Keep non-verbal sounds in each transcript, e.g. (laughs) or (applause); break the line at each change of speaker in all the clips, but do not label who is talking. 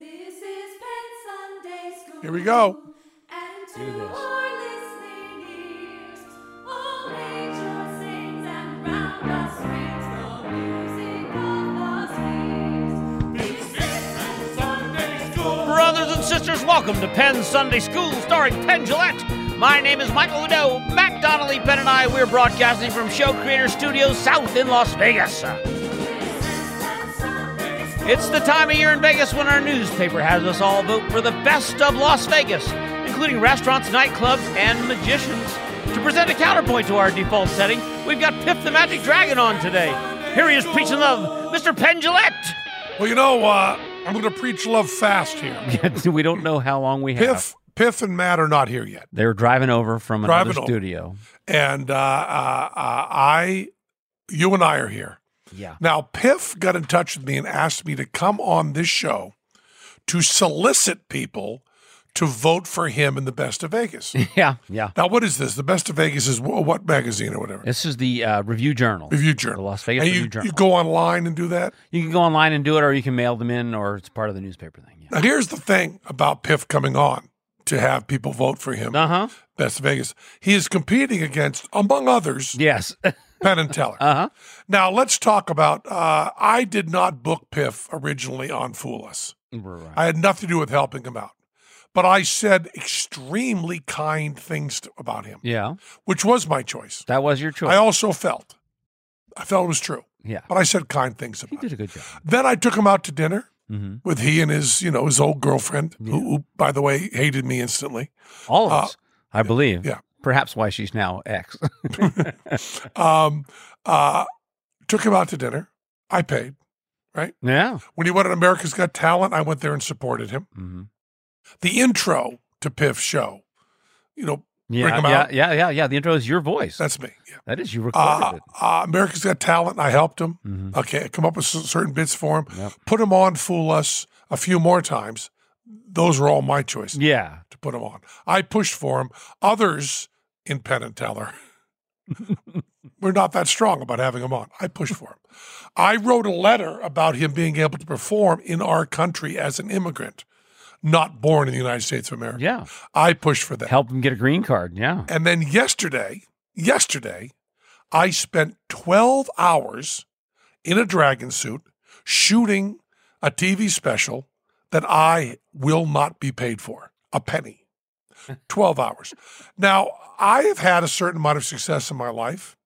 This is Penn Sunday School.
Here we go.
And to our listening ears, all nature sings and round us rings the music of the spheres.
Brothers and sisters, welcome to Penn Sunday School, starring Penn Gillette. My name is Michael Udo. Matt Donnelly, Penn, and I, we're broadcasting from Show Creator Studios South in Las Vegas. It's the time of year in Vegas when our newspaper has us all vote for the best of Las Vegas, including restaurants, nightclubs, and magicians. To present a counterpoint to our default setting, we've got Piff the Magic Dragon on today. Here he is preaching love, Mr. Penn Gillette.
Well, you know, uh, I'm going to preach love fast here.
(laughs) we don't know how long we have.
Piff, Piff, and Matt are not here yet,
They were driving over from
another
another
Driving over.
studio.
and uh, uh, uh, I, you and I are here
Yeah.
now. Piff got in touch with me and asked me to come on this show to solicit people to vote for him in the Best of
(laughs)
Vegas.
Yeah. Yeah.
now, what is this? The Best of Vegas is wh- what magazine or whatever?
This is the uh, Review Journal.
Review Journal.
The Las Vegas
and
Review
you,
Journal.
you go online and do that.
You can go online and do it, or you can mail them in, or it's part of the newspaper thing.
Now, here's the thing about Piff coming on to have people vote for him.
Yeah. Uh huh.
Best of Vegas. He is competing against, among others,
(laughs) Yes.
Penn and Teller.
Uh huh.
Now let's talk about. Uh, I did not book Piff originally on Fool Us.
Right.
I had nothing to do with helping him out, but I said extremely kind things to, about him,
Yeah.
which was my choice.
That was your choice.
I also felt, I felt it was true,
yeah.
but I said kind things
He
about
did
him.
a good job.
Then I took him out to dinner
hmm
with he and his, you know, his old girlfriend, who, who, by the way, hated me instantly.
All of
Uh,
us, I believe.
yeah.
Perhaps why she's now ex.
Um, uh, took him out to dinner. I paid.
(laughs) yeah.
When he went on America's Got Talent, I went there and supported him.
hmm
the intro to Piff's show. You know,
Yeah.
Bring 'em
yeah.
out.
Yeah. Yeah. Yeah. The intro is your voice.
that's me. Yeah.
that is you recorded
Uh,
it.
uh, America's Got Talent. I helped him.
hmm
Okay, I come up with s- certain bits for him.
Yep.
Put him on Fool Us a few more times. Those were all my choices
Yeah.
to put him on. I pushed for him. Others in Penn and Teller were not that strong about having him on. I pushed for him. I wrote a letter about him being able to perform in our country as an immigrant, not born in the United States of America.
Yeah.
I pushed for that.
Help him get a green card. Yeah.
And then yesterday, yesterday, I spent 12 hours in a dragon suit shooting a TV special that I will not be paid for a penny. 12 hours. Now, I have had a certain amount of success in my life.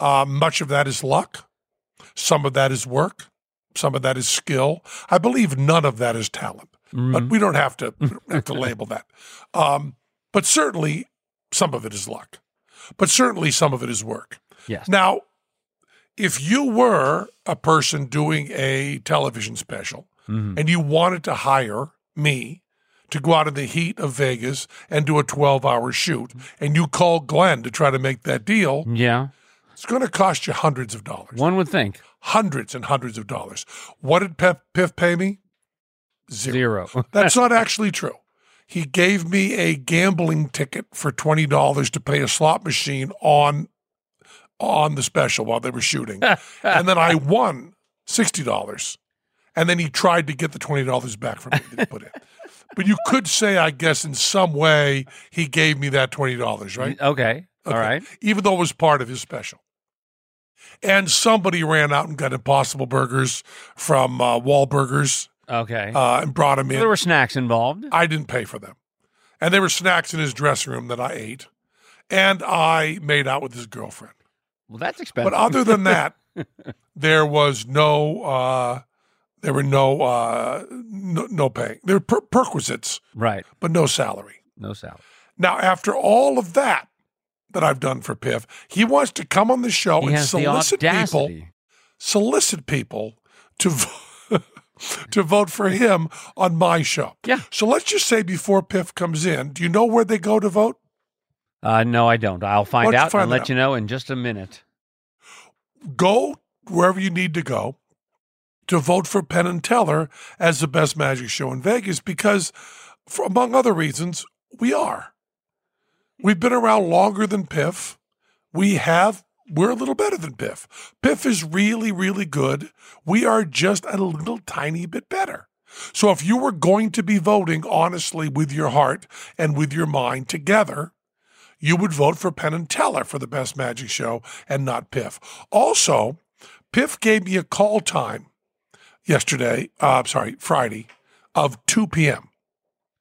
Uh, much of that is luck, some of that is work, some of that is skill. I believe none of that is talent, but
Mhm.
we don't have to, we don't have to label that. Um, but certainly, some of it is luck, but certainly some of it is work.
Yes.
Now, if you were a person doing a television special
Mhm.
and you wanted to hire me to go out in the heat of Vegas and do a 12 hour shoot, and you call Glenn to try to make that deal,
Yeah.
it's going to cost you hundreds of dollars.
Mm. One would think
Hundreds and hundreds of dollars. What did Pep, Piff pay me? Zero.
zero.
That's not actually true. He gave me a gambling ticket for twenty dollars to play a slot machine on on the special while they were
(laughs)
shooting, and then I won sixty dollars. And then he tried to get the twenty dollars back from me that he put in. But you could say, I guess, in some way, he gave me that twenty dollars, right?
Okay. uh, All
Okay.
right.
Even though it was part of his special. And somebody ran out and got Impossible Burgers from uh, Wahlburgers
Okay.
uh, and brought him in.
there were snacks involved.
I didn't pay for them. And there were snacks in his dressing room that I ate. And I made out with his girlfriend.
Well, that's expensive.
But other than that,
(laughs)
there was no, uh, there were no, uh, no, no pay. There were per- perquisites,
right.
but no salary.
No salad.
Now, after all of that that I've done for Piff, he wants to come on the show Oh,
He
and
has the
solicit people,
audacity.
solicit people to, vo- (laughs) to vote for him on my show.
Yeah.
So let's just say before Piff comes in, do you know where they go to vote?
Uh, no, I don't. I'll
Why don't
find
you
out
find
and
that
let
out?
you know in just a minute.
Go wherever you need to go to vote for Penn and Teller as the best magic show in Vegas because, for, among other reasons, we are. We've been around longer than Piff. We have. We're a little better than Piff. Piff is really, really good. We are just a little tiny bit better. So if you were going to be voting honestly with your heart and with your mind together, you would vote for Penn and Teller for the best magic show and not Piff. Also, Piff gave me a call time yesterday, uh, sorry, Friday, of 2 p.m.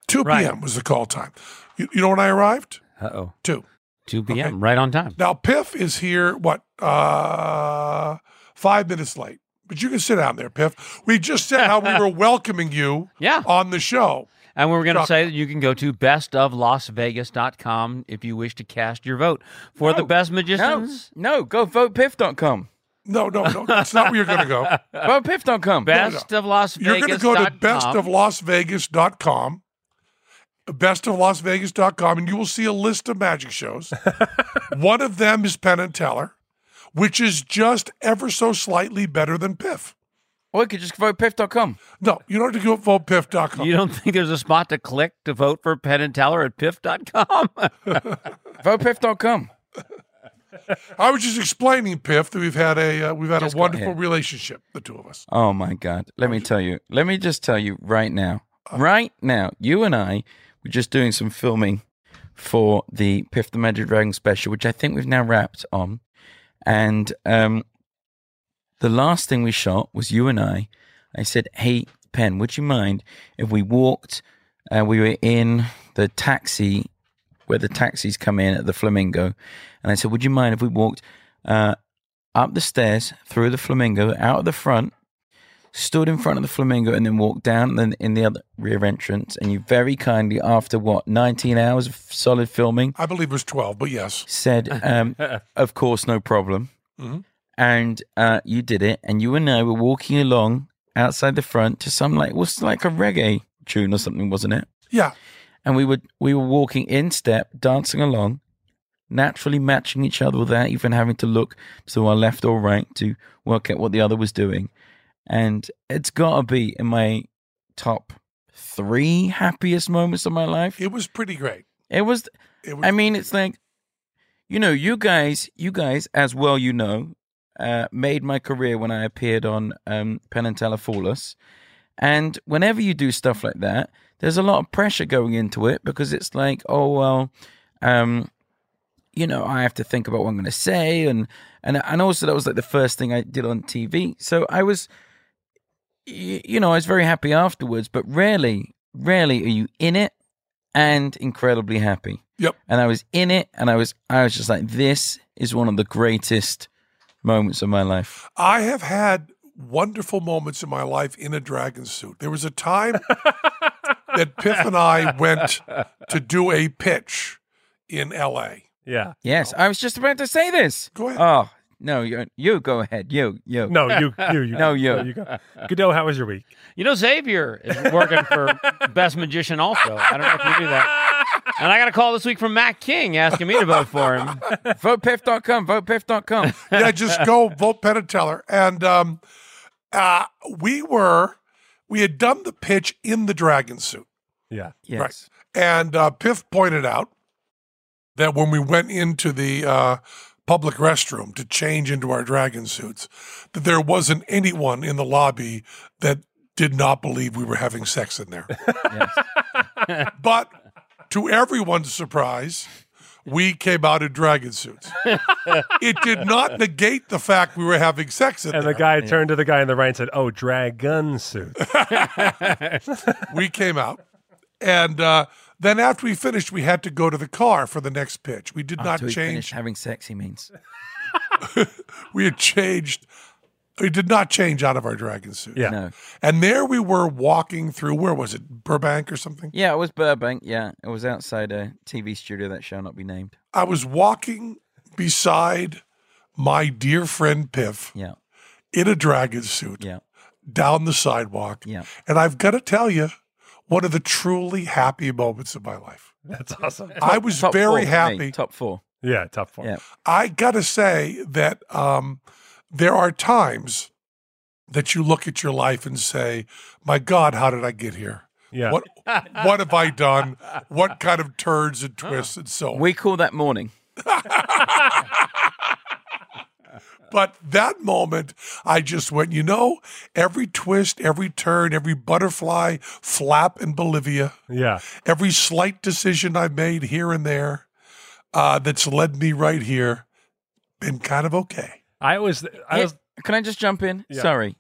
2
Right.
p.m. was the call time. You, you know when I arrived?
Uh oh.
2.
2 p.m. Right on time.
Now, Piff is here, what, uh, five minutes late. But you can sit down there, Piff. We just said how
(laughs)
we were welcoming you
Yeah.
on the show.
And we are going to
Chuck.
say that you can go to bestoflasvegas.com if you wish to cast your vote for the
No.
best
No,
magicians.
no, go votepiff.com.
No, no, no. That's not where you're going to go.
(laughs)
Votepiff.com.
Best of Las
You're
Vegas.
going to go to bestoflasvegas.com, bestoflasvegas.com, and you will see a list of magic
(laughs)
shows. One of them is Penn and Teller, which is just ever so slightly better than Piff.
Or you could just vote piff.com.
No, you don't have to go vote piff.com.
You don't think there's a spot to click to vote for Penn and Teller at piff.com?
Votepiff.com.
I was just explaining, Piff, that we've had a uh, we've had a wonderful
ahead.
relationship, the two of us.
Oh my God. Let me tell you. Let me just tell you right now. Right now, you and I were just doing some filming for the Piff the Magic Dragon special, which I think we've now wrapped on. And um, the last thing we shot was you and I. I said, Hey, Penn, would you mind if we walked? Uh, we were in the taxi where the taxis come in at the Flamingo. And I said, Would you mind if we walked uh, up the stairs through the Flamingo, out of the front, stood in front of the Flamingo, and then walked down and then in the other rear entrance? And you very kindly, after what, 19 hours of solid filming,
I believe it was 12, but yes.
said, um, "Of course, no problem." And uh, you did it, and you and I were walking along outside the front to some like was like a reggae tune or something, wasn't it?
Yeah.
And we were we were walking in step, dancing along, naturally matching each other without even having to look to our left or right to work out what the other was doing. And it's got to be in my top three happiest moments of my life.
It was pretty great.
It was
It was
I mean, it's like, you know, you guys, you guys, as well, you know, uh, made my career when I appeared on um, Penn and Teller Fallus. And whenever you do stuff like that, there's a lot of pressure going into it because it's like, oh well, um, you know, I have to think about what I'm going to say, and and and also that was like the first thing I did on TV, so I was, y- you know, I was very happy afterwards. But rarely, rarely are you in it and incredibly happy
Yep.
and I was in it, and I was I was just like, this is one of the greatest moments of my life.
I have had wonderful moments in my life in a dragon suit. There was a
(laughs)
time that Piff and I went to do a pitch in LA.
Yeah.
Yes, I was just about to say this.
Go ahead.
Oh no, you you go ahead, you you.
No, you,
(laughs)
you, you.
No, you.
you go. Godot, how was your week?
You know, Xavier is
(laughs)
working for Best Magician also. I don't know if you knew that. And I got a call this week from Matt King asking me to vote
(laughs)
for him.
Votepiff.com, votepiff.com.
yeah, just
(laughs)
go vote Penn and Teller. And um, uh, we were, we had done the pitch in the dragon suit.
Yeah.
Yes.
Right. And uh, Piff pointed out that when we went into the uh, public restroom to change into our dragon suits, that there wasn't anyone in the lobby that did not believe we were having sex in
(laughs)
there. but to everyone's surprise, we came out in dragon
(laughs)
suits. it did not negate the fact we were having sex in
And
there.
the guy turned to the guy in the right and said, "Oh, dragon suit."
(laughs)
we came out, and uh, then after we finished, we had to go to the car for the next pitch. We did (laughs) not
Ah, Till we
change.
finish having sex, he means.
we had changed. We did not change out of our dragon suit.
Yeah.
No.
And there we were walking through. Where was it? Burbank or something?
Yeah, it was Burbank. Yeah, it was outside a TV studio that shall not be named.
I was walking beside my dear friend Piff
Yeah,
in a dragon suit,
yeah.
down the sidewalk.
Yeah.
And I've got to tell you, one of the truly happy moments of my life.
That's awesome.
I was
Top four for
very
me.
happy.
Top four.
Yeah, top four.
Yeah.
I gotta say that um, there are times that you look at your life and say, "My God, how did I get here?
Yeah.
What what have I done? What kind of turns and twists and so on?"
We call that morning.
But that moment, I just went, you know, every twist, every turn, every butterfly flap in Bolivia,
Yeah.
every slight decision I've made here and there uh, that's led me right here, been kind of okay.
I was I
Yeah,
was
Can I just jump in?
Yeah.
Sorry.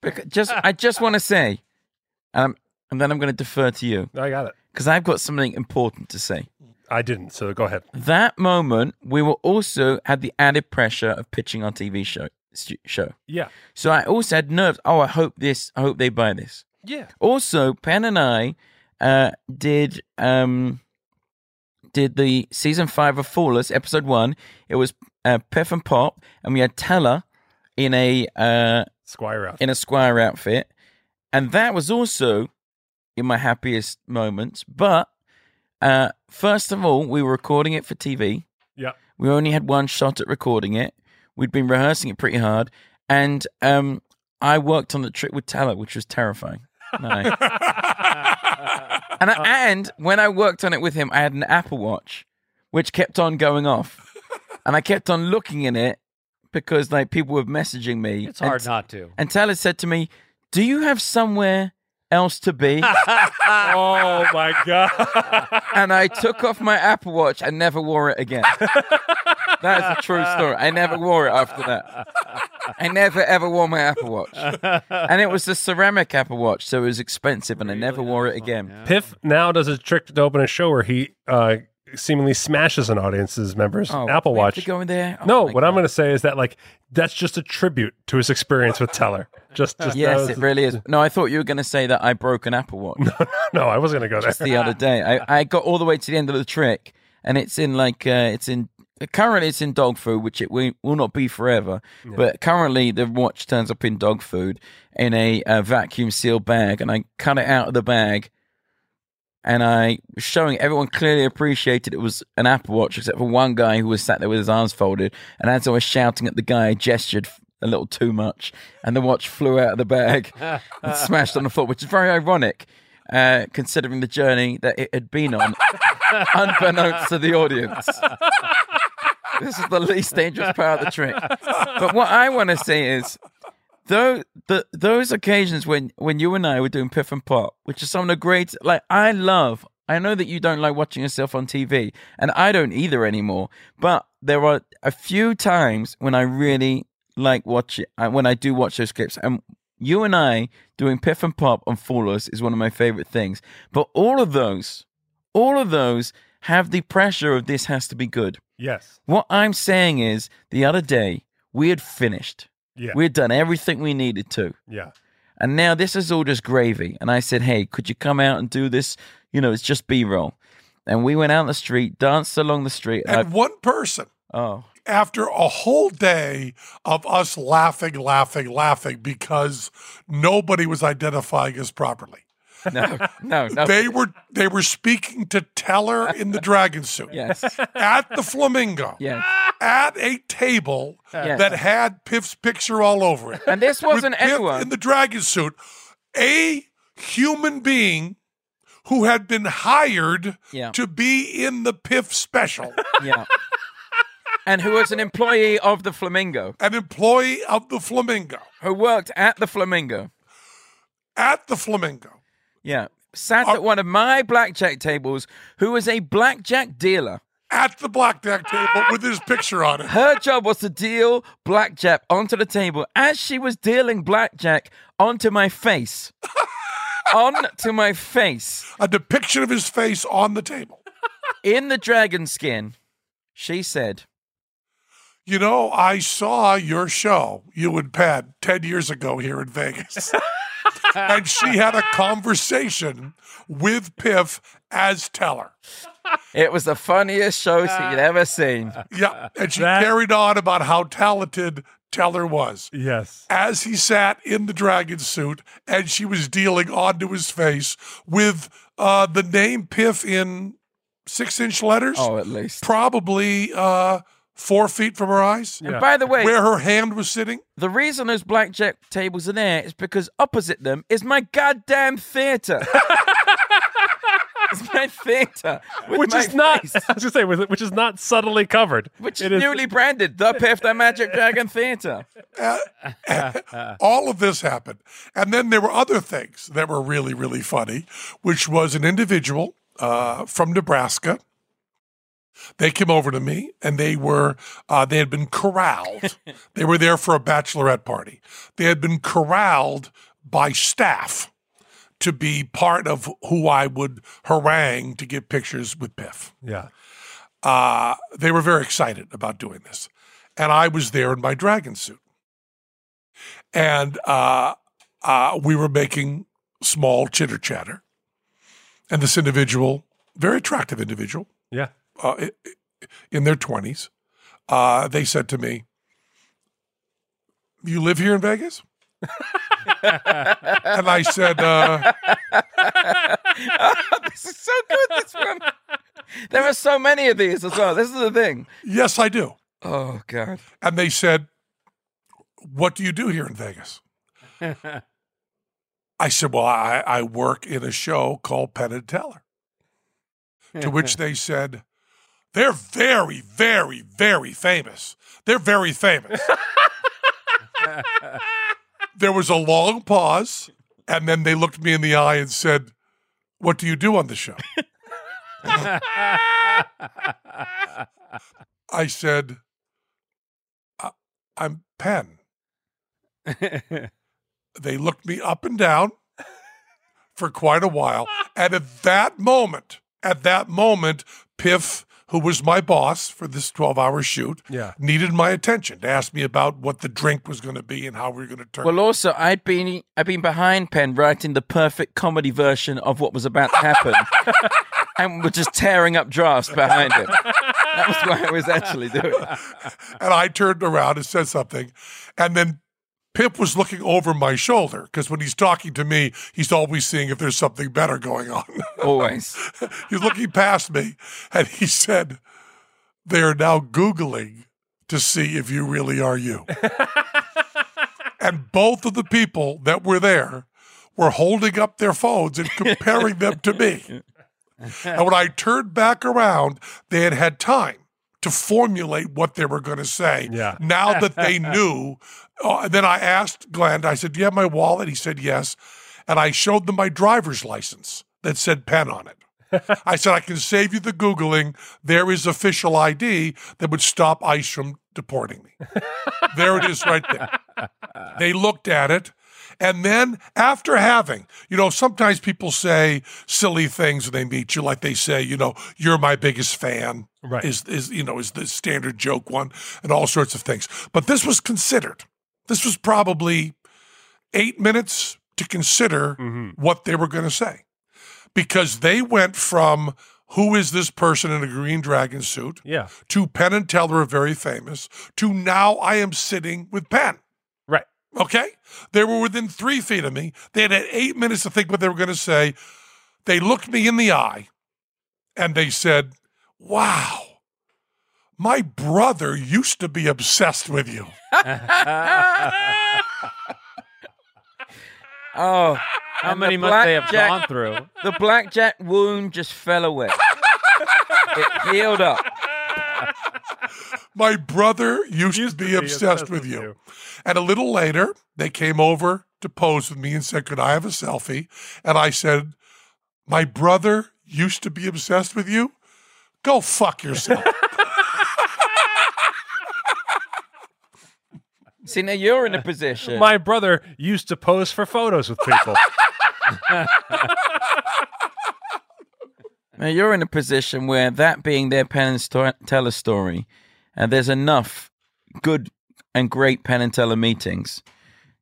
Bec- just I just want to say, um, and then I'm going to defer to you
I got it.
because I've got something important to say.
I didn't, so go ahead.
That moment, we were also had the added pressure of pitching our TV show. stu- Show.
Yeah.
So I also had nerves. Oh, I hope this. I hope they buy this.
Yeah.
Also, Penn and I uh, did um, did the season five of Flawless, episode one. It was uh, Piff and Pop, and we had Teller in a uh,
Squire out.
in a squire outfit, and that was also in my happiest moments. But uh, first of all, we were recording it for TV.
Yeah.
We only had one shot at recording it. We'd been rehearsing it pretty hard, and um, I worked on the trick with Teller, which was terrifying.
(laughs)
No. and I, and when I worked on it with him, I had an Apple Watch, which kept on going off, and I kept on looking in it because like people were messaging me.
It's
and
hard not to.
and Taylor said to me, Do you have somewhere else to
(laughs)
be?
Oh my
(laughs)
god.
and I took off my Apple Watch and never wore it again. That is a true story. I never wore it after that. I never ever wore my Apple Watch. And it was a ceramic Apple Watch, so it was expensive and I never wore it again.
Piff now does a trick to open a show where he uh, seemingly smashes an audience's members
Oh,
Apple
we have To
Watch.
go in there. Oh
no,
my
what I'm
God.
going to say is that like that's just a tribute to his experience with Teller. Just, just
Yes,
that
it
was-
really is. No, I thought you were going to say that I broke an Apple Watch
(laughs) no, I wasn't going to go there.
the other day. I, I got all the way to the end of the trick, and it's in like uh, it's in currently it's in dog food, which it will, will not be forever. But currently, the watch turns up in dog food in a, uh vacuum sealed bag, and I cut it out of the bag, and I was showing everyone clearly appreciated it was an Apple Watch, except for one guy who was sat there with his arms folded, and as I was shouting at the guy, I gestured. A little too much, and the watch flew out of the bag and smashed on the floor, which is very ironic uh, considering the journey that it had been on, unbeknownst to the audience. This is the least dangerous part of the trick. But what I want to say is, though the those occasions when when you and I were doing Piff and Pop, which is some of the great, like I love. I know that you don't like watching yourself on TV, and I don't either anymore. But there are a few times when I really like watch it, I- when I do watch those clips, and you and I doing Piff and Pop on Flawless is one of my favorite things. But all of those, all of those have the pressure of this has to be good.
Yes.
What I'm saying is, the other day we had finished.
Yeah.
We had done everything we needed to.
yeah.
And now this is all just gravy. And I said, hey, could you come out and do this? You know, it's just B roll. And we went out the street, danced along the street. and
And one person
I- oh,
after a whole day of us laughing, laughing, laughing because nobody was identifying us properly. (laughs)
no, no, no.
They were they were speaking to Teller in the dragon suit
yes,
at the Flamingo
yes.
at a table
Yes.
that had Piff's picture all over it.
And this
With
wasn't
Piff
anyone.
in the dragon suit, a human being who had been hired
Yeah.
to be in the Piff special,
yeah. And who was an employee of the Flamingo,
an employee of the Flamingo
who worked at the Flamingo.
at the Flamingo.
Yeah. Sat at one of my blackjack tables, who was a blackjack dealer.
at the blackjack table with his picture on it.
Her job was to deal blackjack onto the table as she was dealing blackjack onto my face. onto my face.
A depiction of his face on the table.
In the dragon skin, she said,
You know, I saw your show, you and Pat, 10 years ago here in Vegas. and she had a conversation with Piff as teller.
It was the funniest show she'd ever seen.
Uh,
Yeah. And she
That-
carried on about how talented Teller was.
Yes.
As he sat in the dragon suit and she was dealing onto his face with uh, the name Piff in six inch letters,
Oh, at least.
probably uh, four feet from her eyes,
And
Yeah.
by the way,
where her hand was sitting.
the reason those blackjack tables are there is because opposite them is my goddamn
(laughs)
theater. it's my theater, with
Which
my
is not.
face,
(laughs) I was gonna say, with- which is not subtly covered.
which is
It is-
newly branded the Piff the Magic Dragon Theater.
All of this happened. And then there were other things that were really, really funny, which was an individual uh, from Nebraska. They came over to me and they were, uh, they had been corralled. they were there for a bachelorette party. They had been corralled by staff to be part of who I would harangue to get pictures with Piff
Yeah.
uh, they were very excited about doing this. And I was there in my dragon suit. And uh, uh, we were making small chitter chatter. And this individual, very attractive individual,
Yeah.
uh, i- i- in their 20s, uh, they said to me, You live here in Vegas? and I said, uh,
This is so good. This one. (laughs) There are so many of these as well. This is the thing.
Yes, I do.
Oh god.
And they said, What do you do here in Vegas? I said, Well, I, I work in a show called Penn and Teller. to which they said, They're very, very, very famous. They're very famous. there was a long pause, and then they looked me in the eye and said, What do you do on the show? I said, I, I'm Penn. they looked me up and down for quite a while. And at that moment, at that moment, Piff, who was my boss for this 12 hour shoot,
Yeah.
needed my attention to ask me about what the drink was going to be and how we were going to turn.
Well, also, I'd been I'd been behind Penn writing the perfect comedy version of what was about to (laughs) happen, and we're just tearing up drafts behind it. That was what I was actually doing.
and I turned around and said something. And then Pip was looking over my shoulder because when he's talking to me, he's always seeing if there's something better going on.
Always.
he's looking past me and he said, They are now Googling to see if you really are you. and both of the people that were there were holding up their phones and comparing them to me. And when I turned back around, they had had time to formulate what they were going to say.
Yeah.
Now that they knew, uh, and then I asked Glenn, I said, Do you have my wallet? He said, Yes. And I showed them my driver's license that said Penn on it. I said, I can save you the Googling. There is official ID that would stop ICE from deporting me. there it is right there. They looked at it. And then after having, you know, sometimes people say silly things when they meet you, like they say, you know, you're my biggest fan.
Right.
Is is you know, is the standard joke one and all sorts of things. But this was considered. This was probably eight minutes to consider what they were gonna say. Because they went from who is this person in a green dragon suit
Yeah.
to Penn and Teller are very famous to now I am sitting with Penn.
Right.
Okay? They were within three feet of me. They had had eight minutes to think what they were going to say. They looked me in the eye and they said, Wow, my brother used to be obsessed with you.
Oh,
How
and
many
the
must they have
blackjack-
gone through?
The blackjack wound just fell away. it healed up.
My brother used, to be, obsessed, with, you. And a little later, they came over to pose with me and said, Could I have a selfie? And I said, My brother used to be obsessed with you. Go fuck (laughs) yourself.
See, now you're in a position.
My brother used to pose for photos with people.
Now you're in a position where that being their pen and sto- teller story, and there's enough good and great pen and teller meetings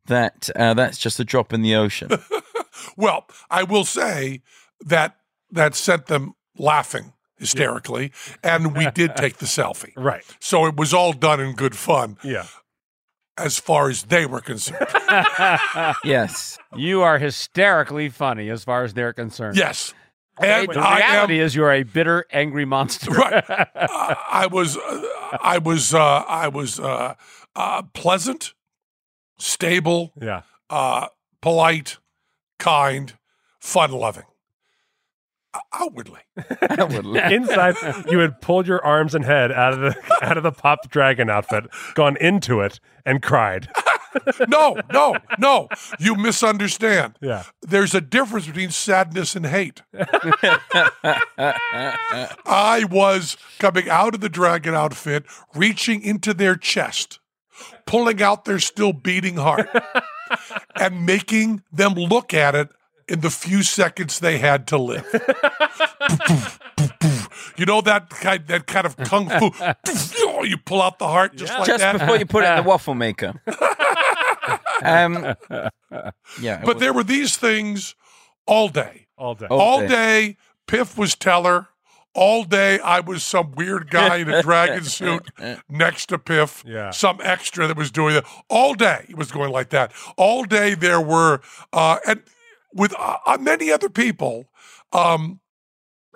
that uh, that's just a drop in the ocean.
(laughs) well, I will say that that sent them laughing hysterically. (laughs) And we did take the selfie.
right.
So it was all done in good fun.
Yeah.
as far as they were (laughs) concerned.
Yes.
You are hysterically funny as far as they're concerned.
yes. And
The
I am
reality is you're a bitter, angry monster.
right. Uh, I was, uh, I was, uh, I was uh, uh, pleasant, stable,
Yeah.
uh, polite, kind, fun-loving. O- Outwardly,
Outwardly.
Inside, you had pulled your arms and head out of the (laughs) out of the pop dragon outfit, gone into it, and cried.
no, no, no. You misunderstand.
Yeah.
There's a difference between sadness and hate. I was coming out of the dragon outfit, reaching into their chest, pulling out their still beating heart, and making them look at it in the few seconds they had to live. you know that kind, that kind of kung fu. (laughs) you pull out the heart just like
(laughs) Just
that.
before you put it in the
(laughs)
waffle maker. Um, yeah. it
but
was-
there were these things all day.
All day.
Oh.
All
day.
day, Piff was teller. All day, I was some weird guy in a
(laughs)
dragon suit next to Piff.
Yeah.
Some extra that was doing that. All day, it was going like that. All day, there were, uh, and with uh, uh, many other people, um,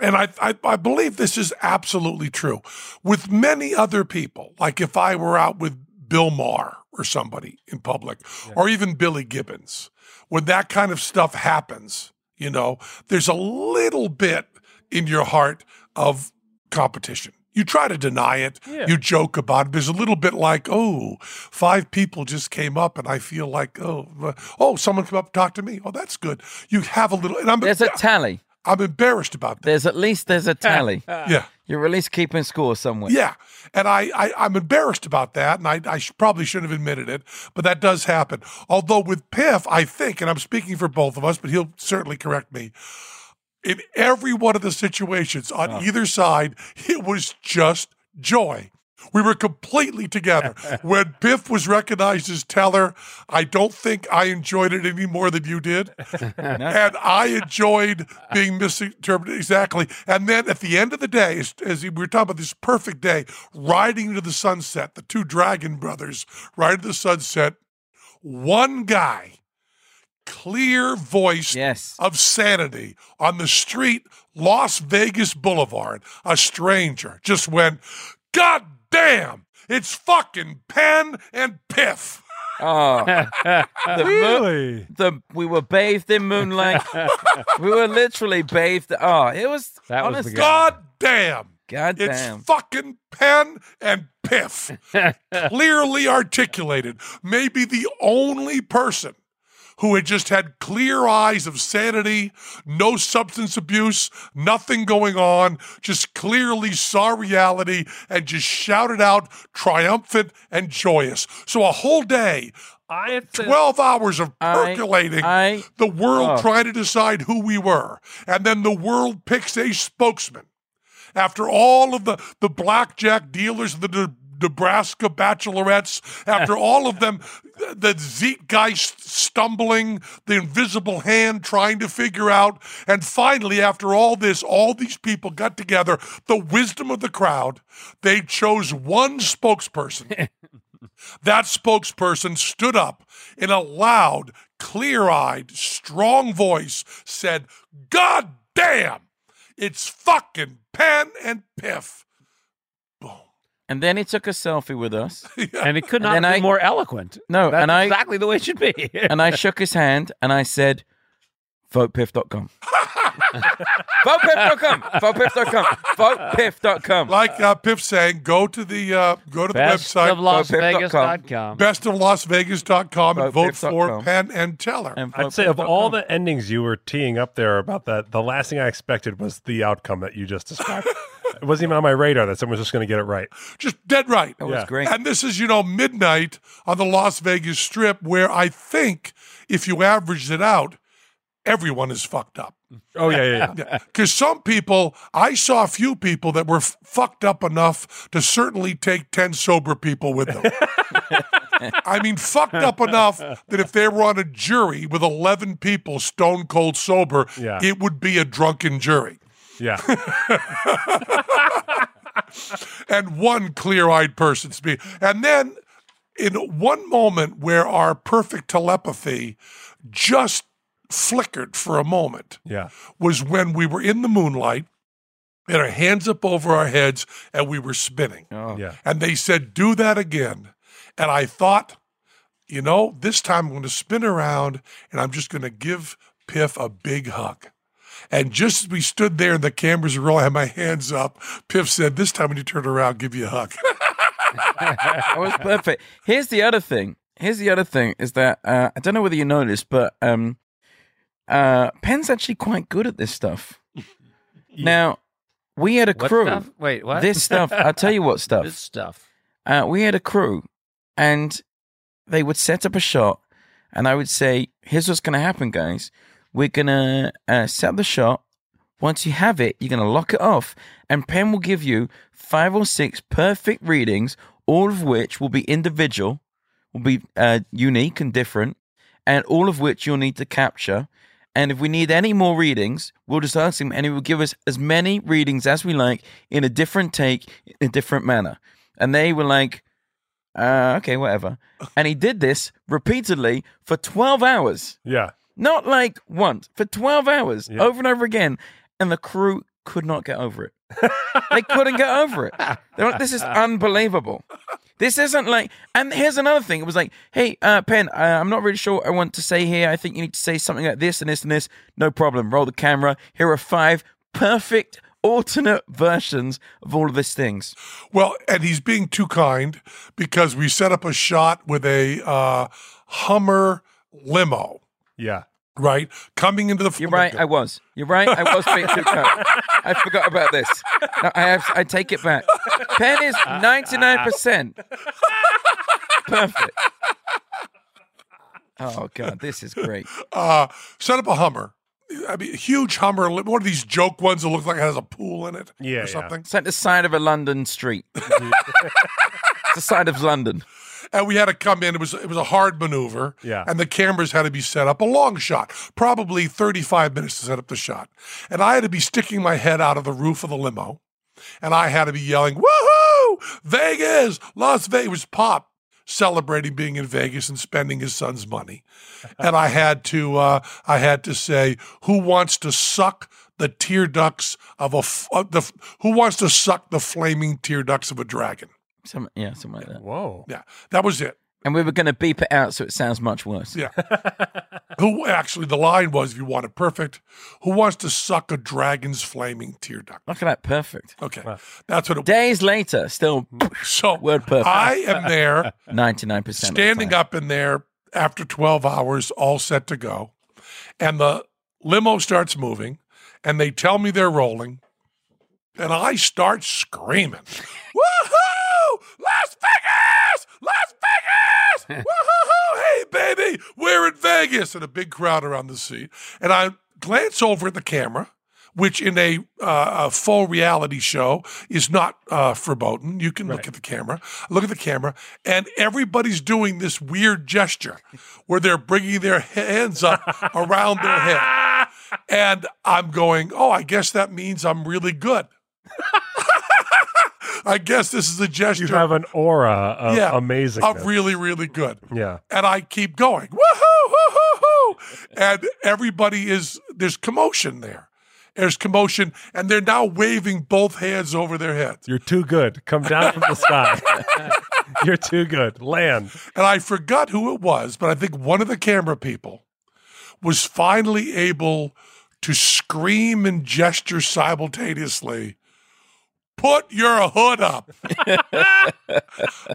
and I, I, I believe this is absolutely true. With many other people, like if I were out with Bill Maher or somebody in public, or even Billy Gibbons, when that kind of stuff happens, you know, there's a little bit in your heart of competition. You try to deny it. You joke about it. There's a little bit like, oh, five people just came up, and I feel like, oh, uh, oh, someone come up and talk to me. Oh, that's good. You have a little, and I'm
There's a tally.
I'm embarrassed about that.
There's at least there's a tally.
(laughs) yeah.
You're at least keeping score somewhere.
Yeah, and I, I I'm embarrassed about that, and I, I sh- probably shouldn't have admitted it, but that does happen. Although with Piff, I think, and I'm speaking for both of us, but he'll certainly correct me. In every one of the situations on either side, it was just joy. We were completely together. when Piff was recognized as teller, I don't think I enjoyed it any more than you did. and I enjoyed being misinterpreted. Exactly. And then at the end of the day, as, as we were talking about this perfect day, riding into the sunset, the two dragon brothers ride into the sunset, one guy, clear voiced (laughs)
Yes.
of sanity on the street, Las Vegas Boulevard, a stranger just went, God damn, it's fucking Pen and Piff.
Oh, the, moon,
Really?
the we were bathed in moonlight. we were literally bathed. Oh, it was
That was the
honestly,
guy.
God damn.
God
It's
damn.
fucking pen and
(laughs)
piff. Clearly articulated. Maybe the only person who had just had clear eyes of sanity, no substance abuse, nothing going on, just clearly saw reality and just shouted out triumphant and joyous. So a whole day,
I have to.
12 hours of
I-
percolating
I-
the world
Oh.
trying to decide who we were. And then the world picks a spokesman. After all of the, the blackjack dealers, the Ne- Nebraska bachelorettes,
(laughs)
after all of them, the Zeitgeist stumbling, the invisible hand trying to figure out. And finally, after all this, all these people got together, the wisdom of the crowd, they chose one spokesperson. That spokesperson stood up in a loud, clear eyed, strong voice, said, God damn, it's fucking Pen and Piff.
and then he took a selfie with us,
(laughs) And it could not
And
be
I-
more eloquent.
No,
That's
and I-
exactly the way it
(laughs)
should be.
and I shook his hand, and I said, (laughs) "VotePiff.com." VotePiff.com. VotePiff.com. VotePiff.com.
Like uh, Piff saying, go to the uh, go to the
Best
website
of Las Vegas.com.
Votepiff.com.
bestoflasvegas.com and vote for
Votepiff.com.
Penn and Teller.
And
I'd say of all
votepiff.com.
the endings you were teeing up there about that, the last thing I expected was the outcome that you just described. it wasn't even on my radar that someone was just going to get it right.
Just dead right.
That was
Yeah.
great.
And this is, you know, midnight on the Las Vegas Strip, where I think if you averaged it out, everyone is fucked up.
Oh yeah, yeah, yeah.
(laughs) Because some people, I saw a few people that were f- fucked up enough to certainly take 10 sober people with them. I mean, fucked up enough that if they were on a jury with 11 people stone cold sober,
Yeah.
it would be a drunken jury.
yeah.
And one clear eyed person to be. And then in one moment where our perfect telepathy just flickered for a moment
Yeah.
was when we were in the moonlight and our hands up over our heads and we were spinning.
Oh,
Yeah.
And they said, do that again. And I thought, you know, this time I'm going to spin around and I'm just going to give Piff a big hug. And just as we stood there and the cameras were rolling, I had my hands up. Piff said, this time when you turn around, give you a hug. (laughs)
that was perfect. Here's the other thing. Here's the other thing is that uh, I don't know whether you know this, but um, uh, Penn's actually quite good at this stuff. Now, we had a
What
crew.
stuff? Wait, what?
This stuff. I'll tell you what stuff.
This stuff. (laughs)
uh, we had a crew and they would set up a shot and i would say here's what's going to happen guys we're going to uh, set up the shot once you have it you're going to lock it off and penn will give you five or six perfect readings all of which will be individual will be uh, unique and different and all of which you'll need to capture and if we need any more readings, we'll just ask him, and he will give us as many readings as we like in a different take, in a different manner. And they were like, uh, okay, whatever. And he did this repeatedly for 12 hours,
Yeah.
not like once, for 12 hours,
Yeah.
over and over again. And the crew could not get over it. they couldn't get over it. They were like, this is unbelievable. This isn't like, and here's another thing. It was like, hey, uh, Penn, uh, I'm not really sure what I want to say here. I think you need to say something like this and this and this. No problem. Roll the camera. Here are five perfect alternate versions of all of these things.
Well, and he's being too kind because we set up a shot with a uh, Hummer limo,
Yeah.
right? Coming into the
You're right. I was. You're right. I was being too kind. I forgot about this. No, I have. I take it back. Pen is
Ah,
ninety nine percent perfect. Oh god, this is great.
uh, set up a Hummer. I mean, huge Hummer, li- one of these joke ones that looks like it has a pool in it
Yeah, yeah.
or something.
It's like the side of a London street. it's the side of London.
And we had to come in. It was it was a hard maneuver.
Yeah.
And the cameras had to be set up. A long shot, probably 35 minutes to set up the shot. And I had to be sticking my head out of the roof of the limo, and I had to be yelling, "Woohoo! Vegas, Las Vegas!" It was pop celebrating being in Vegas and spending his son's money. and I had to uh, I had to say, who wants to suck the tear ducts of a f- of the f- who wants to suck the flaming tear ducts of a dragon?
Some, yeah, something like that.
Whoa.
Yeah, that was it.
And we were going to beep it out so it sounds much worse.
Yeah. who actually the line was, if you want it perfect, who wants to suck a dragon's flaming tear duct?
Look at that, perfect.
Okay, that's what it was.
Days later, still
So
word perfect.
I am
(laughs)
there.
ninety nine percent
Mm. standing up in there after 12 hours, all set to go. And the limo starts moving, and they tell me they're rolling. And I start screaming, (laughs) Woohoo! Las Vegas! Las Vegas! Woohoo! Hey, baby, we're in Vegas! And a big crowd around the seat. And I glance over at the camera, which in a, uh, a full reality show is not uh, foreboding. You can look at the camera, look at the camera, and everybody's doing this weird gesture where they're bringing their hands up around their head. And I'm going, oh, I guess that means I'm really good. I guess this is a gesture
You have an aura of
Yeah.
amazing.
of really, really good
yeah.
and I keep going. Woohoo, hoo, hoo, hoo. And everybody is, there's commotion there. There's commotion, and they're now waving both hands over their heads.
You're too good. Come down from the sky. (laughs) You're too good. Land.
And I forgot who it was, but I think one of the camera people was finally able to scream and gesture simultaneously. Put your hood up.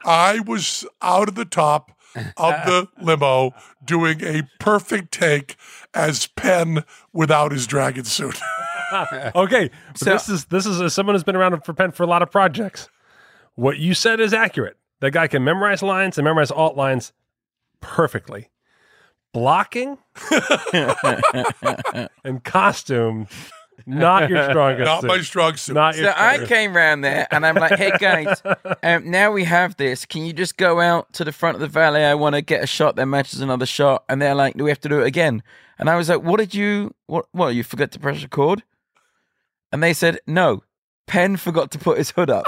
I was out of the top of the limo doing a perfect take as Penn without his dragon suit.
Okay. but
So-
this is this is as someone who's been around for Penn for a lot of projects. What you said is accurate. That guy can memorize lines and memorize alt lines perfectly. Blocking and costume, not your strongest.
Not
suit.
my strong suit.
Not your
So I
strongest-
came round there and I'm like, hey
(laughs)
guys, um, now we have this. Can you just go out to the front of the valley? I want to get a shot that matches another shot. And they're like, do we have to do it again? And I was like, what did you, what, what, you forgot to press record? And they said, no, Penn forgot to put his hood up.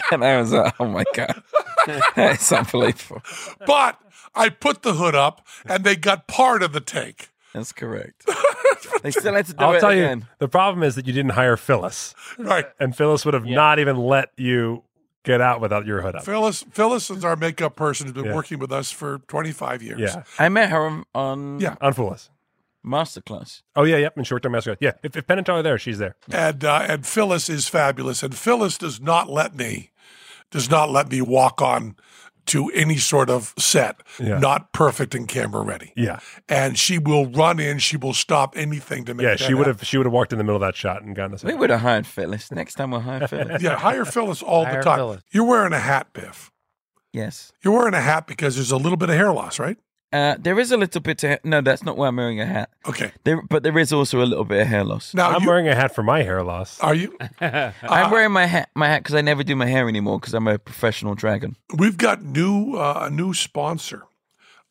(laughs) and I was like, oh my God. (laughs) That's unbelievable.
But I put the hood up and they got part of the take.
That's correct. They still had to do
I'll
it
tell
again.
you, the problem is that you didn't hire Phyllis,
Right.
and Phyllis would have not even let you get out without your hood up.
Phyllis Phyllis is our makeup person who's been
Yeah.
working with us for 25 years.
yeah,
I met her on, on
Yeah.
unfool us.
Masterclass.
Oh yeah, yep. In short-term master, yeah. If, if Penn and Teller are there, she's there.
And uh, and Phyllis is fabulous and Phyllis does not let me does not let me walk on to any sort of set
Yeah.
not perfect and camera ready.
Yeah,
And she will run in, she will stop anything to make
yeah.
that
She would have. She would have walked in the middle of that shot and gotten us.
We
out.
would have hired Phyllis. Next time we'll hire Phyllis.
(laughs) happen. Yeah, hire Phyllis all
Hire
the time.
Phyllis.
You're wearing a hat, Biff.
Yes.
You're wearing a hat because there's a little bit of hair loss, right?
Uh, there is a little bit of No, that's not why I'm wearing a hat.
Okay.
There, but there is also a little bit of hair loss.
Now
I'm
you, Oh.
wearing a hat for my hair loss.
are you
I'm wearing my hat, my hat, because I never do my hair anymore because I'm a professional dragon.
we've got new uh, a new sponsor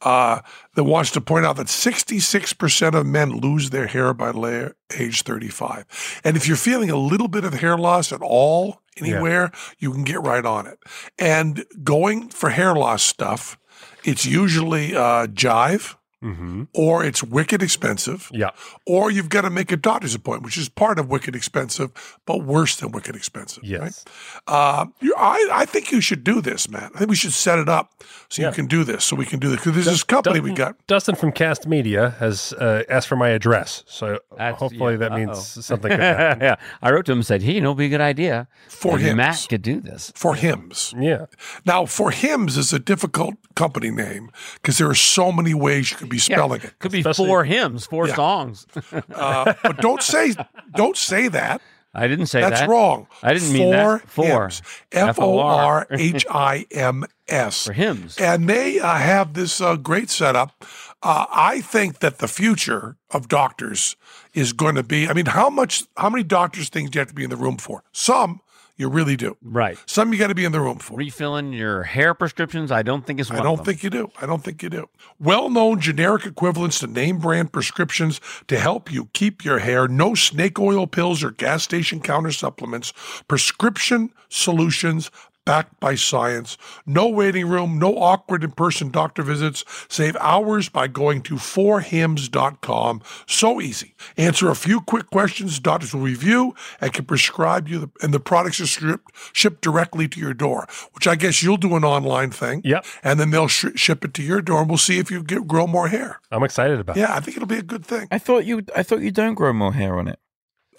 uh, that wants to point out that 66% of men lose their hair by la- age 35 and if you're feeling a little bit of hair loss at all anywhere you can get right on it and going for hair loss stuff it's usually uh, jive
Mm-hmm.
or it's wicked expensive
Yeah,
or you've got to make a doctor's appointment which is part of wicked expensive but worse than wicked expensive
yes.
right? Uh, you, I, I think you should do this, Matt. I think we should set it up so
Yeah.
you can do this, so we can do this. Because there's this company we got.
Dustin from Cast Media has uh, asked for my address, so
That's-
hopefully
yeah,
that means
uh-oh.
something could happen.
yeah, I wrote to him and said, "Hey, you know, it'd be a good idea
For
if
hymns.
Matt could do this."
For hymns.
yeah,
Now, for hymns is a difficult company name because there are so many ways you could be spelling it.
Could be
Especially-
four hymns, four
Yeah.
songs.
Uh, but don't say don't say that.
I didn't say
That's
that.
wrong.
I didn't mean that. For.
F O
F-O-R.
R H I M S.
For hymns.
And they uh, have this uh, great setup. Uh, I think that the future of doctors is going to be. I mean, how much, how many doctors things do you have to be in the room for? Some you really do.
Right.
Some you got to be in the room for.
Refilling your hair prescriptions, I don't think it's one
I
of
don't
them.
think you do. I don't think you do. Well known generic equivalents to name brand prescriptions to help you keep your hair. No snake oil pills or gas station counter supplements. Prescription solutions backed by science. No waiting room, no awkward in person doctor visits. Save hours by going to forhims.com. So easy. Answer a few quick questions doctors will review and can prescribe you, the, and the products are stripped, shipped directly to your door, which I guess you'll do an online thing
Yep.
and then they'll sh- ship it to your door, and we'll see if you get, grow more hair.
I'm excited about. it.
Yeah, I think it'll be a good thing.
I thought you, I thought you don't grow more hair on it.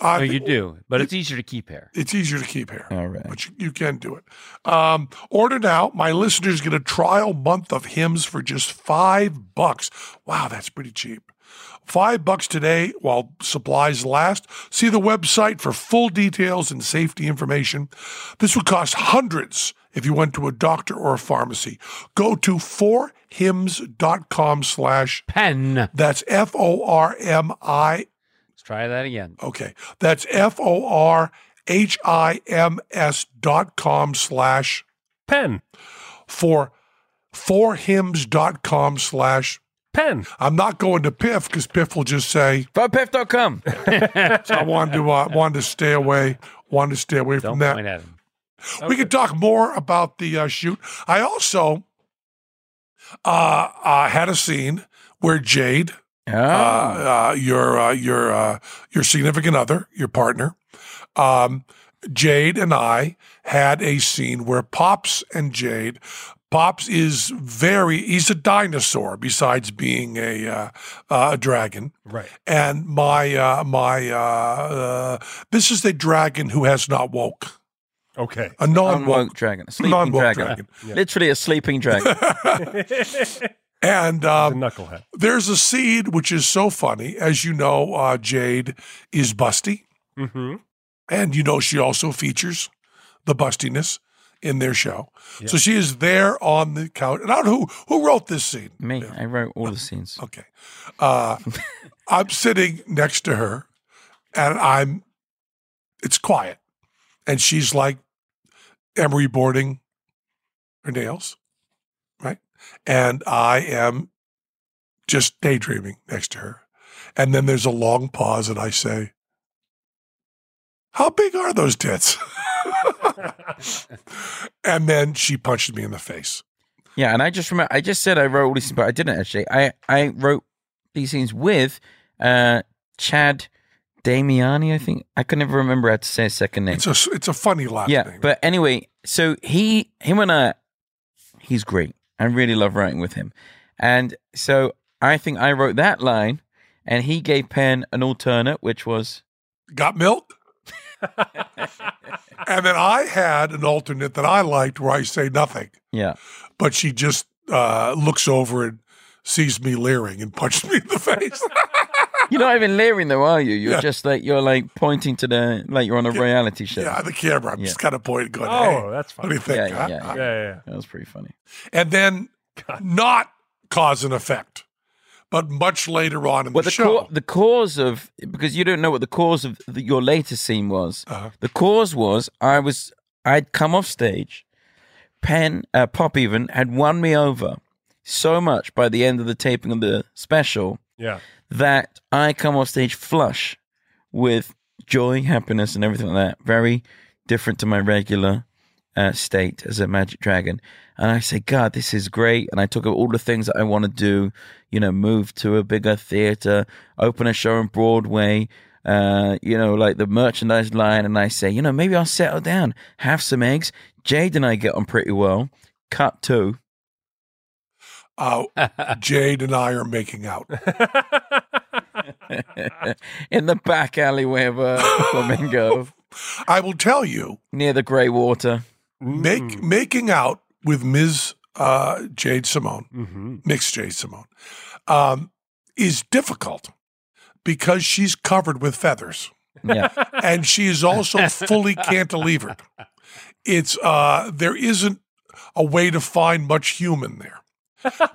I
No,
think
you do, but it's easier to keep hair.
It's easier to keep hair,
All right.
but you, you can do it. Um, order now. My listeners get a trial month of hymns for just five bucks. Wow, that's pretty cheap. Five bucks today while supplies last. See the website for full details and safety information. This would cost hundreds if you went to a doctor or a pharmacy. Go to 4hims.com slash
Pen. Let's
That's F O R M I.
try that again.
Okay. That's F O R H I M S dot com slash
Pen,
for for dot com slash.
pen.
I'm not going to Piff because Piff will just say
Vopef.com.
I wanted to uh, wanted to stay away, wanted to stay away
Don't
from that.
point at him.
We could talk more about the uh, shoot. I also uh, uh, had a scene where Jade
Ah.
uh, uh, your uh, your uh, your significant other, your partner, um, Jade and I had a scene where Pops and Jade. Pops is very he's a dinosaur besides being a uh, uh, a dragon.
Right.
And my uh, my uh, uh, this is the dragon who has not woke.
Okay. (laughs)
A non woke
Unwoke dragon. A sleeping
non-woke
dragon.
dragon.
Literally a sleeping dragon.
and
The
um,
knucklehead.
there's a scene which is so funny. As you know, uh, Jade is busty.
Mm-hmm.
And you know, she also features the bustiness in their show.
Yeah.
So she is there on the couch. And I don't know who, who wrote this scene.
Me, I wrote all the scenes.
Okay. Uh, I'm sitting next to her and I'm, it's quiet. And she's like emery boarding her nails, right? And I am just daydreaming next to her. And then there's a long pause and I say, How big are those tits? (laughs) and then she punched me in the face.
Yeah, and I just remember I just said I wrote all these scenes, but I didn't actually. I I wrote these scenes with uh Chad Damiani, I think. I can never remember how to say his second name.
It's a it's a funny last
yeah,
name.
but anyway, so he him and I he's great. I really love writing with him. And so I think I wrote that line and he gave Penn an alternate, which was
Got
(laughs)
milk. and then I had an alternate that I liked where I say nothing, (laughs)
yeah.
but she just uh, looks over and sees me leering and punches me in the (laughs) face.
You're not even leering though, are you? You're
Yeah.
just like you're like pointing to the like you're on a reality show.
yeah, the camera. I'm just kind of pointing, going,
Oh,
hey,
that's
what do
funny.
you think?
Yeah, yeah,
huh?
Yeah, yeah,
That was pretty funny.
and then not cause and effect. But much later on in
Well,
the,
the,
show,
cau- the cause of because you don't know what the cause of the, your latest scene was.
Uh-huh.
The cause was I was I'd come off stage. Pen uh, Pop even had won me over so much by the end of the taping of the special
yeah.
that I come off stage flush with joy, happiness, and everything like that. Very different to my regular uh, state as a magic dragon. And I say, God, this is great. And I took up all the things that I want to do, you know, move to a bigger theater, open a show on Broadway, uh, you know, like the merchandise line. And I say, you know, maybe I'll settle down, have some eggs. Jade and I get on pretty well. Cut two. (laughs)
uh, Jade and I are making out.
in the back alleyway of uh, Flamingo
I will tell you,
near the Grey Water.
Mm.
make making out with Ms. Uh, Jade Simone,
Mm-hmm.
Miss Jade Simone, um, is difficult because she's covered with feathers
Yeah.
and she is also fully cantilevered. It's uh, there isn't a way to find much human there,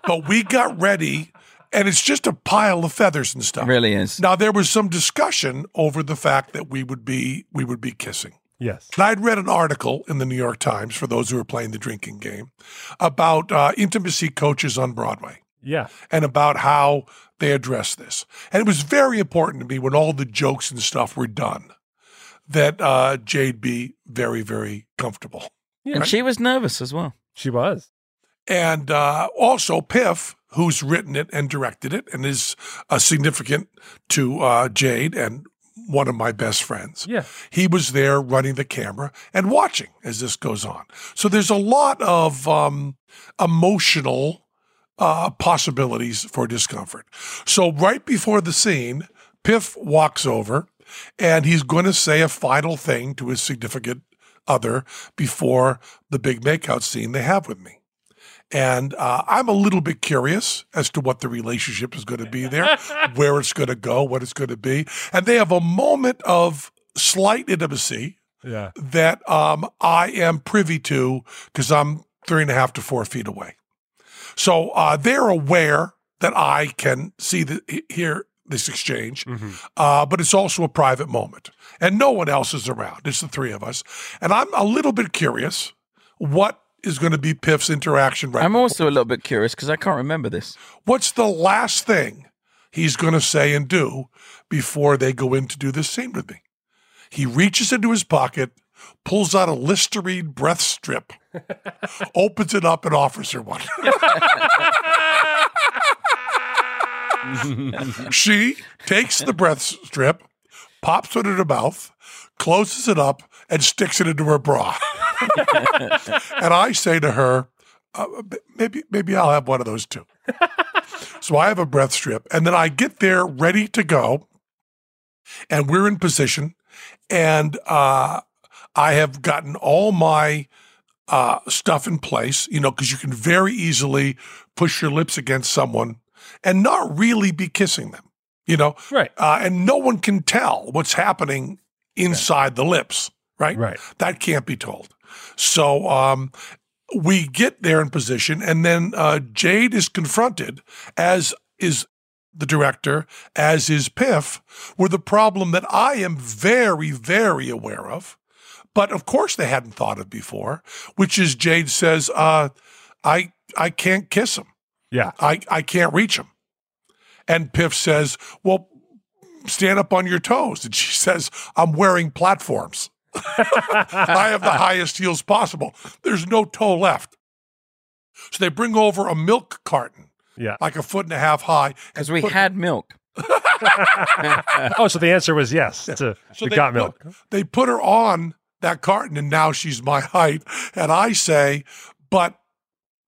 but we got ready, and it's just a pile of feathers and stuff.
It really is.
Now there was some discussion over the fact that we would be we would be kissing.
Yes.
And I'd read an article in the New York Times for those who are playing the drinking game about uh, intimacy coaches on Broadway
Yeah.
and about how they address this. And it was very important to me when all the jokes and stuff were done that uh, Jade be very, very comfortable.
And she was nervous as well.
She was.
And uh, also Piff, who's written it and directed it and is uh, significant to uh, Jade and one of my best friends.
Yeah.
He was there running the camera and watching as this goes on. So there's a lot of um, emotional uh, possibilities for discomfort. So right before the scene, Piff walks over and he's going to say a final thing to his significant other before the big makeout scene they have with me. And uh, I'm a little bit curious as to what the relationship is going to be there, where it's going to go, what it's going to be. And they have a moment of slight intimacy
Yeah.
that um, I am privy to because I'm three and a half to four feet away. So uh, they're aware that I can see the he- hear this exchange, uh, but it's also a private moment, and no one else is around. It's the three of us, and I'm a little bit curious what is going to be Piff's interaction right.
I'm also a little bit curious because I can't remember this.
What's the last thing he's going to say and do before they go in to do this scene with me? He reaches into his pocket, pulls out a Listerine breath strip, opens it up, and offers her one. she takes the breath strip, pops it in her mouth, closes it up, and sticks it into her bra. and I say to her, uh, maybe, maybe I'll have one of those too. So I have a breath strip, and then I get there ready to go, and we're in position, and uh, I have gotten all my uh, stuff in place, you know, because you can very easily push your lips against someone and not really be kissing them, you know,
Right.
uh, and no one can tell what's happening inside the lips, right?
Right.
That can't be told. So um, we get there in position, and then uh, Jade is confronted, as is the director, as is Piff, with a problem that I am very, very aware of. But of course, they hadn't thought of before, which is Jade says, uh, "I I can't kiss him.
Yeah.
I I can't reach him." And Piff (laughs) says, "Well, stand up on your toes," and she says, "I'm wearing platforms." (laughs) I have the highest heels possible. There's no toe left. So they bring over a milk carton,
Yeah.
like a foot and a half high. and
Because we
put- (laughs)
had milk.
Oh, so the answer was yes. To,
So
we
they
got
put-
milk.
They put her on that carton, and now she's my (laughs) height. And I say, but